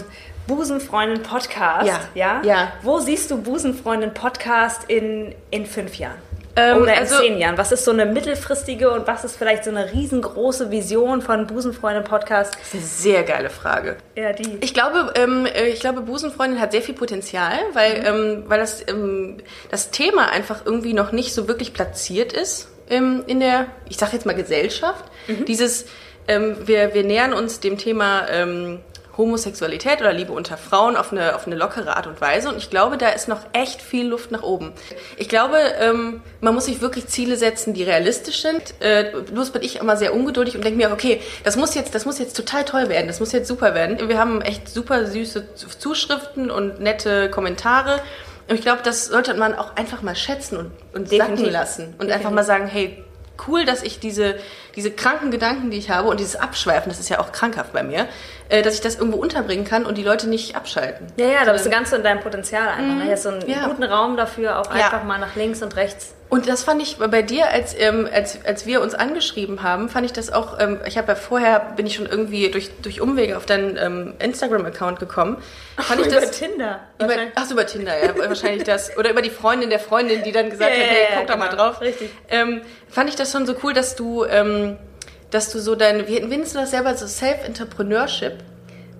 Speaker 3: Busenfreundin Podcast,
Speaker 2: Ja.
Speaker 3: ja?
Speaker 2: Ja.
Speaker 3: Wo siehst du Busenfreundin Podcast in, in fünf Jahren?
Speaker 2: Ähm,
Speaker 3: Oder in
Speaker 2: also-
Speaker 3: zehn Jahren? Was ist so eine mittelfristige und was ist vielleicht so eine riesengroße Vision von Busenfreundin Podcast?
Speaker 2: Das ist eine sehr geile Frage.
Speaker 3: Ja, die.
Speaker 2: Ich glaube, ähm, äh, ich glaube, Busenfreundin hat sehr viel Potenzial, weil, ähm, weil das, ähm, das Thema einfach irgendwie noch nicht so wirklich platziert ist ähm, in der, ich sage jetzt mal Gesellschaft. Dieses, ähm, wir, wir nähern uns dem Thema ähm, Homosexualität oder Liebe unter Frauen auf eine, auf eine lockere Art und Weise und ich glaube, da ist noch echt viel Luft nach oben. Ich glaube, ähm, man muss sich wirklich Ziele setzen, die realistisch sind. Äh, bloß bin ich immer sehr ungeduldig und denke mir, okay, das muss jetzt, das muss jetzt total toll werden, das muss jetzt super werden. Wir haben echt super süße Z- Zuschriften und nette Kommentare. Und ich glaube, das sollte man auch einfach mal schätzen und, und sacken
Speaker 3: Definitiv.
Speaker 2: lassen. Und einfach mal sagen, hey, cool, dass ich diese, diese kranken Gedanken, die ich habe und dieses Abschweifen, das ist ja auch krankhaft bei mir, äh, dass ich das irgendwo unterbringen kann und die Leute nicht abschalten.
Speaker 3: Ja, ja, da bist du ganz so in deinem Potenzial einfach. ne? Du hast so einen
Speaker 2: Mhm, ja.
Speaker 3: guten Raum dafür, auch
Speaker 2: Ja.
Speaker 3: einfach mal nach links und rechts.
Speaker 2: Und das fand ich bei dir, als, ähm, als, als wir uns angeschrieben haben, fand ich das auch, ähm, ich habe ja vorher, bin ich schon irgendwie durch, durch Umwege auf deinen ähm, Instagram-Account gekommen. Fand ich
Speaker 3: Über
Speaker 2: das...
Speaker 3: Tinder.
Speaker 2: Über, ach so, über Tinder, ja, wahrscheinlich das. Oder über die Freundin der Freundin, die dann gesagt
Speaker 3: Ja,
Speaker 2: hat,
Speaker 3: ja,
Speaker 2: hey,
Speaker 3: ja,
Speaker 2: guck da mal
Speaker 3: genau.
Speaker 2: drauf.
Speaker 3: Richtig.
Speaker 2: Ähm, fand ich das schon so cool, dass du, ähm, dass du so deine, wie wie nennst du das selber, so Self-Entrepreneurship?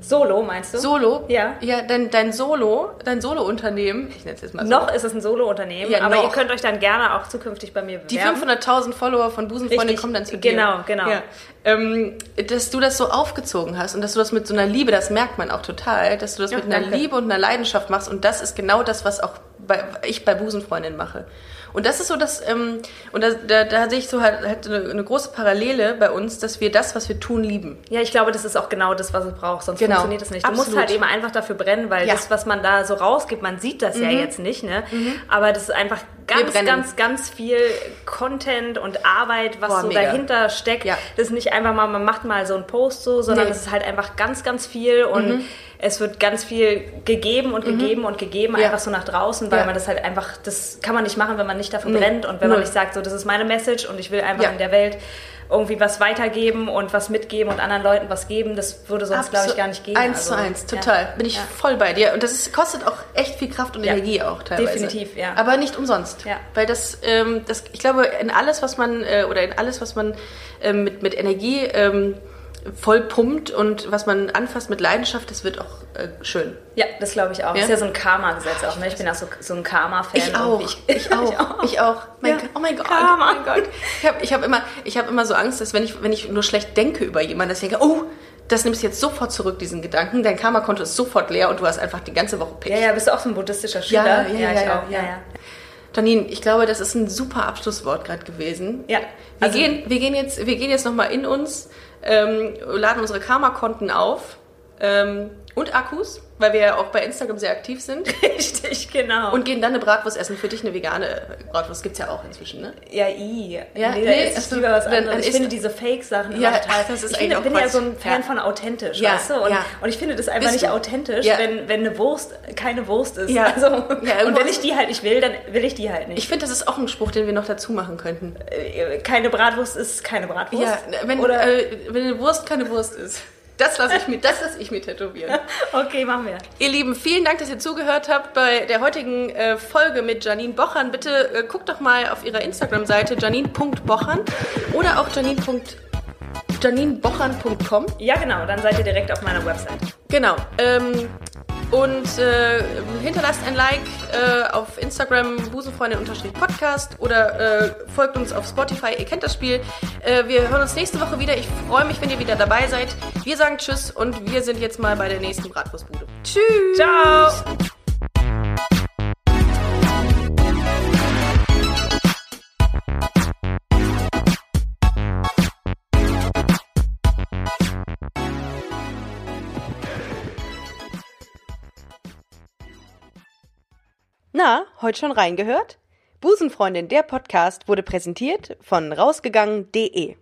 Speaker 3: Solo meinst du?
Speaker 2: Solo?
Speaker 3: Ja.
Speaker 2: Ja, dein, dein Solo, dein Solo-Unternehmen, ich nenne es jetzt mal so.
Speaker 3: Noch ist es ein Solo-Unternehmen,
Speaker 2: Also Ja,
Speaker 3: aber
Speaker 2: noch.
Speaker 3: ihr könnt euch dann gerne auch zukünftig bei mir bewerben.
Speaker 2: Die 500.000 Follower von Busenfreundin
Speaker 3: Richtig,
Speaker 2: kommen dann zu dir.
Speaker 3: genau, genau.
Speaker 2: Ja. Ähm, dass du das so aufgezogen hast und dass du das mit so einer Liebe, das merkt man auch total, dass du das
Speaker 3: Ja,
Speaker 2: mit einer
Speaker 3: danke.
Speaker 2: Liebe und einer Leidenschaft machst und das ist genau das, was auch bei, ich bei Busenfreundin mache. Und das ist so das, ähm, und da, da, da sehe ich so halt, halt eine, eine große Parallele bei uns, dass wir das, was wir tun, lieben.
Speaker 3: Ja, ich glaube, das ist auch genau das, was es braucht, sonst
Speaker 2: Genau.
Speaker 3: funktioniert das nicht. Du musst
Speaker 2: Absolut.
Speaker 3: halt eben einfach dafür brennen, weil
Speaker 2: Ja. Mhm.
Speaker 3: das, was man da so rausgibt, man sieht das ja jetzt nicht, ne? Aber das ist einfach ganz,
Speaker 2: brennen.
Speaker 3: ganz, ganz viel Content und Arbeit, was
Speaker 2: Boah,
Speaker 3: so
Speaker 2: mega.
Speaker 3: dahinter steckt.
Speaker 2: Ja.
Speaker 3: Das ist nicht einfach mal, man macht mal so einen Post so, sondern
Speaker 2: Nee. Mhm.
Speaker 3: es ist halt einfach ganz, ganz viel und es wird ganz viel gegeben und gegeben und gegeben,
Speaker 2: Ja.
Speaker 3: einfach so nach draußen, weil
Speaker 2: Ja.
Speaker 3: man das halt einfach, das kann man nicht machen, wenn man nicht dafür brennt und wenn man
Speaker 2: Null.
Speaker 3: nicht sagt, so, das ist meine Message und ich will einfach
Speaker 2: Ja.
Speaker 3: in der Welt irgendwie was weitergeben und was mitgeben und anderen Leuten was geben. Das würde sonst, glaube ich, gar nicht gehen.
Speaker 2: Eins
Speaker 3: Also,
Speaker 2: zu eins,
Speaker 3: ja.
Speaker 2: total. Bin ich
Speaker 3: Ja.
Speaker 2: voll bei dir. Und das ist, kostet auch echt viel Kraft und
Speaker 3: Ja.
Speaker 2: Energie auch teilweise.
Speaker 3: Definitiv, ja.
Speaker 2: Aber nicht umsonst.
Speaker 3: Ja.
Speaker 2: Weil das, ähm, das, ich glaube, in alles, was man, äh, oder in alles, was man ähm, mit, mit Energie ähm, voll pumpt und was man anfasst mit Leidenschaft, das wird auch äh, schön.
Speaker 3: Ja, das glaube ich auch.
Speaker 2: Ja?
Speaker 3: Ist ja so ein Karma-Gesetz auch. Ne? Ich bin auch so, so ein Karma-Fan.
Speaker 2: Ich auch.
Speaker 3: irgendwie.
Speaker 2: Ähm, Ich, auch. Ich auch. Mein
Speaker 3: Ja.
Speaker 2: Gott. Oh mein Gott.
Speaker 3: Karma.
Speaker 2: Oh mein Gott. Ich habe ich hab immer, ich hab immer so Angst, dass wenn ich, wenn ich nur schlecht denke über jemanden, dass ich denke, oh, das nimmst du jetzt sofort zurück, diesen Gedanken. Dein Karma-Konto ist sofort leer und du hast einfach die ganze Woche Pech.
Speaker 3: Ja, ja, bist du auch so ein buddhistischer Schüler?
Speaker 2: Ja, ja, ja,
Speaker 3: ich
Speaker 2: ja,
Speaker 3: auch.
Speaker 2: ja. Janine, ich glaube, das ist ein super Abschlusswort gerade gewesen.
Speaker 3: Ja,
Speaker 2: Wir,
Speaker 3: also-
Speaker 2: gehen, wir gehen jetzt, wir gehen jetzt nochmal in uns, ähm, laden unsere Karma-Konten auf ähm, und Akkus, weil wir ja auch bei Instagram sehr aktiv sind.
Speaker 3: Richtig, genau.
Speaker 2: Und gehen dann eine Bratwurst essen. Für dich eine vegane Bratwurst gibt's ja auch inzwischen, ne?
Speaker 3: Ja, i.
Speaker 2: Ja,
Speaker 3: Ja, nee, da
Speaker 2: nee,
Speaker 3: esse ich
Speaker 2: also,
Speaker 3: lieber was
Speaker 2: dann-
Speaker 3: anderes.
Speaker 2: dann
Speaker 3: ich
Speaker 2: isst-
Speaker 3: finde diese Fake-Sachen
Speaker 2: Ja,
Speaker 3: immer total.
Speaker 2: das ist
Speaker 3: ich
Speaker 2: eigentlich
Speaker 3: finde,
Speaker 2: auch
Speaker 3: bin ja so ein
Speaker 2: Quatsch.
Speaker 3: Fan
Speaker 2: Ja.
Speaker 3: von authentisch,
Speaker 2: Ja,
Speaker 3: weißt du? Und,
Speaker 2: ja.
Speaker 3: und ich finde das einfach
Speaker 2: Bist
Speaker 3: nicht
Speaker 2: du?
Speaker 3: authentisch,
Speaker 2: Ja.
Speaker 3: wenn, wenn eine Wurst keine Wurst ist.
Speaker 2: Ja.
Speaker 3: Also,
Speaker 2: Ja,
Speaker 3: und wenn
Speaker 2: Wurst-
Speaker 3: ich die halt nicht will, dann will ich die halt nicht.
Speaker 2: Ich finde, das ist auch ein Spruch, den wir noch dazu machen könnten.
Speaker 3: Äh, keine Bratwurst ist keine Bratwurst.
Speaker 2: Ja, wenn,
Speaker 3: Oder,
Speaker 2: äh, wenn eine Wurst keine Wurst ist. Das lasse ich mir, das lasse ich mir tätowieren.
Speaker 3: okay, machen wir.
Speaker 2: Ihr Lieben, vielen Dank, dass ihr zugehört habt bei der heutigen äh, Folge mit Janine Bochern. Bitte äh, guckt doch mal auf ihrer Instagram-Seite janine.bochern oder auch janine. janinebochern.com.
Speaker 3: Ja, genau, dann seid ihr direkt auf meiner Website.
Speaker 2: Genau. Ähm, und äh, hinterlasst ein Like äh, auf Instagram busenfreundin-podcast oder äh, folgt uns auf Spotify. Ihr kennt das Spiel. Äh, wir hören uns nächste Woche wieder. Ich freue mich, wenn ihr wieder dabei seid. Wir sagen Tschüss und wir sind jetzt mal bei der nächsten Bratwurstbude. Tschüss.
Speaker 3: Ciao!
Speaker 2: Na, heute schon reingehört? Busenfreundin, der Podcast wurde präsentiert von rausgegangen.de.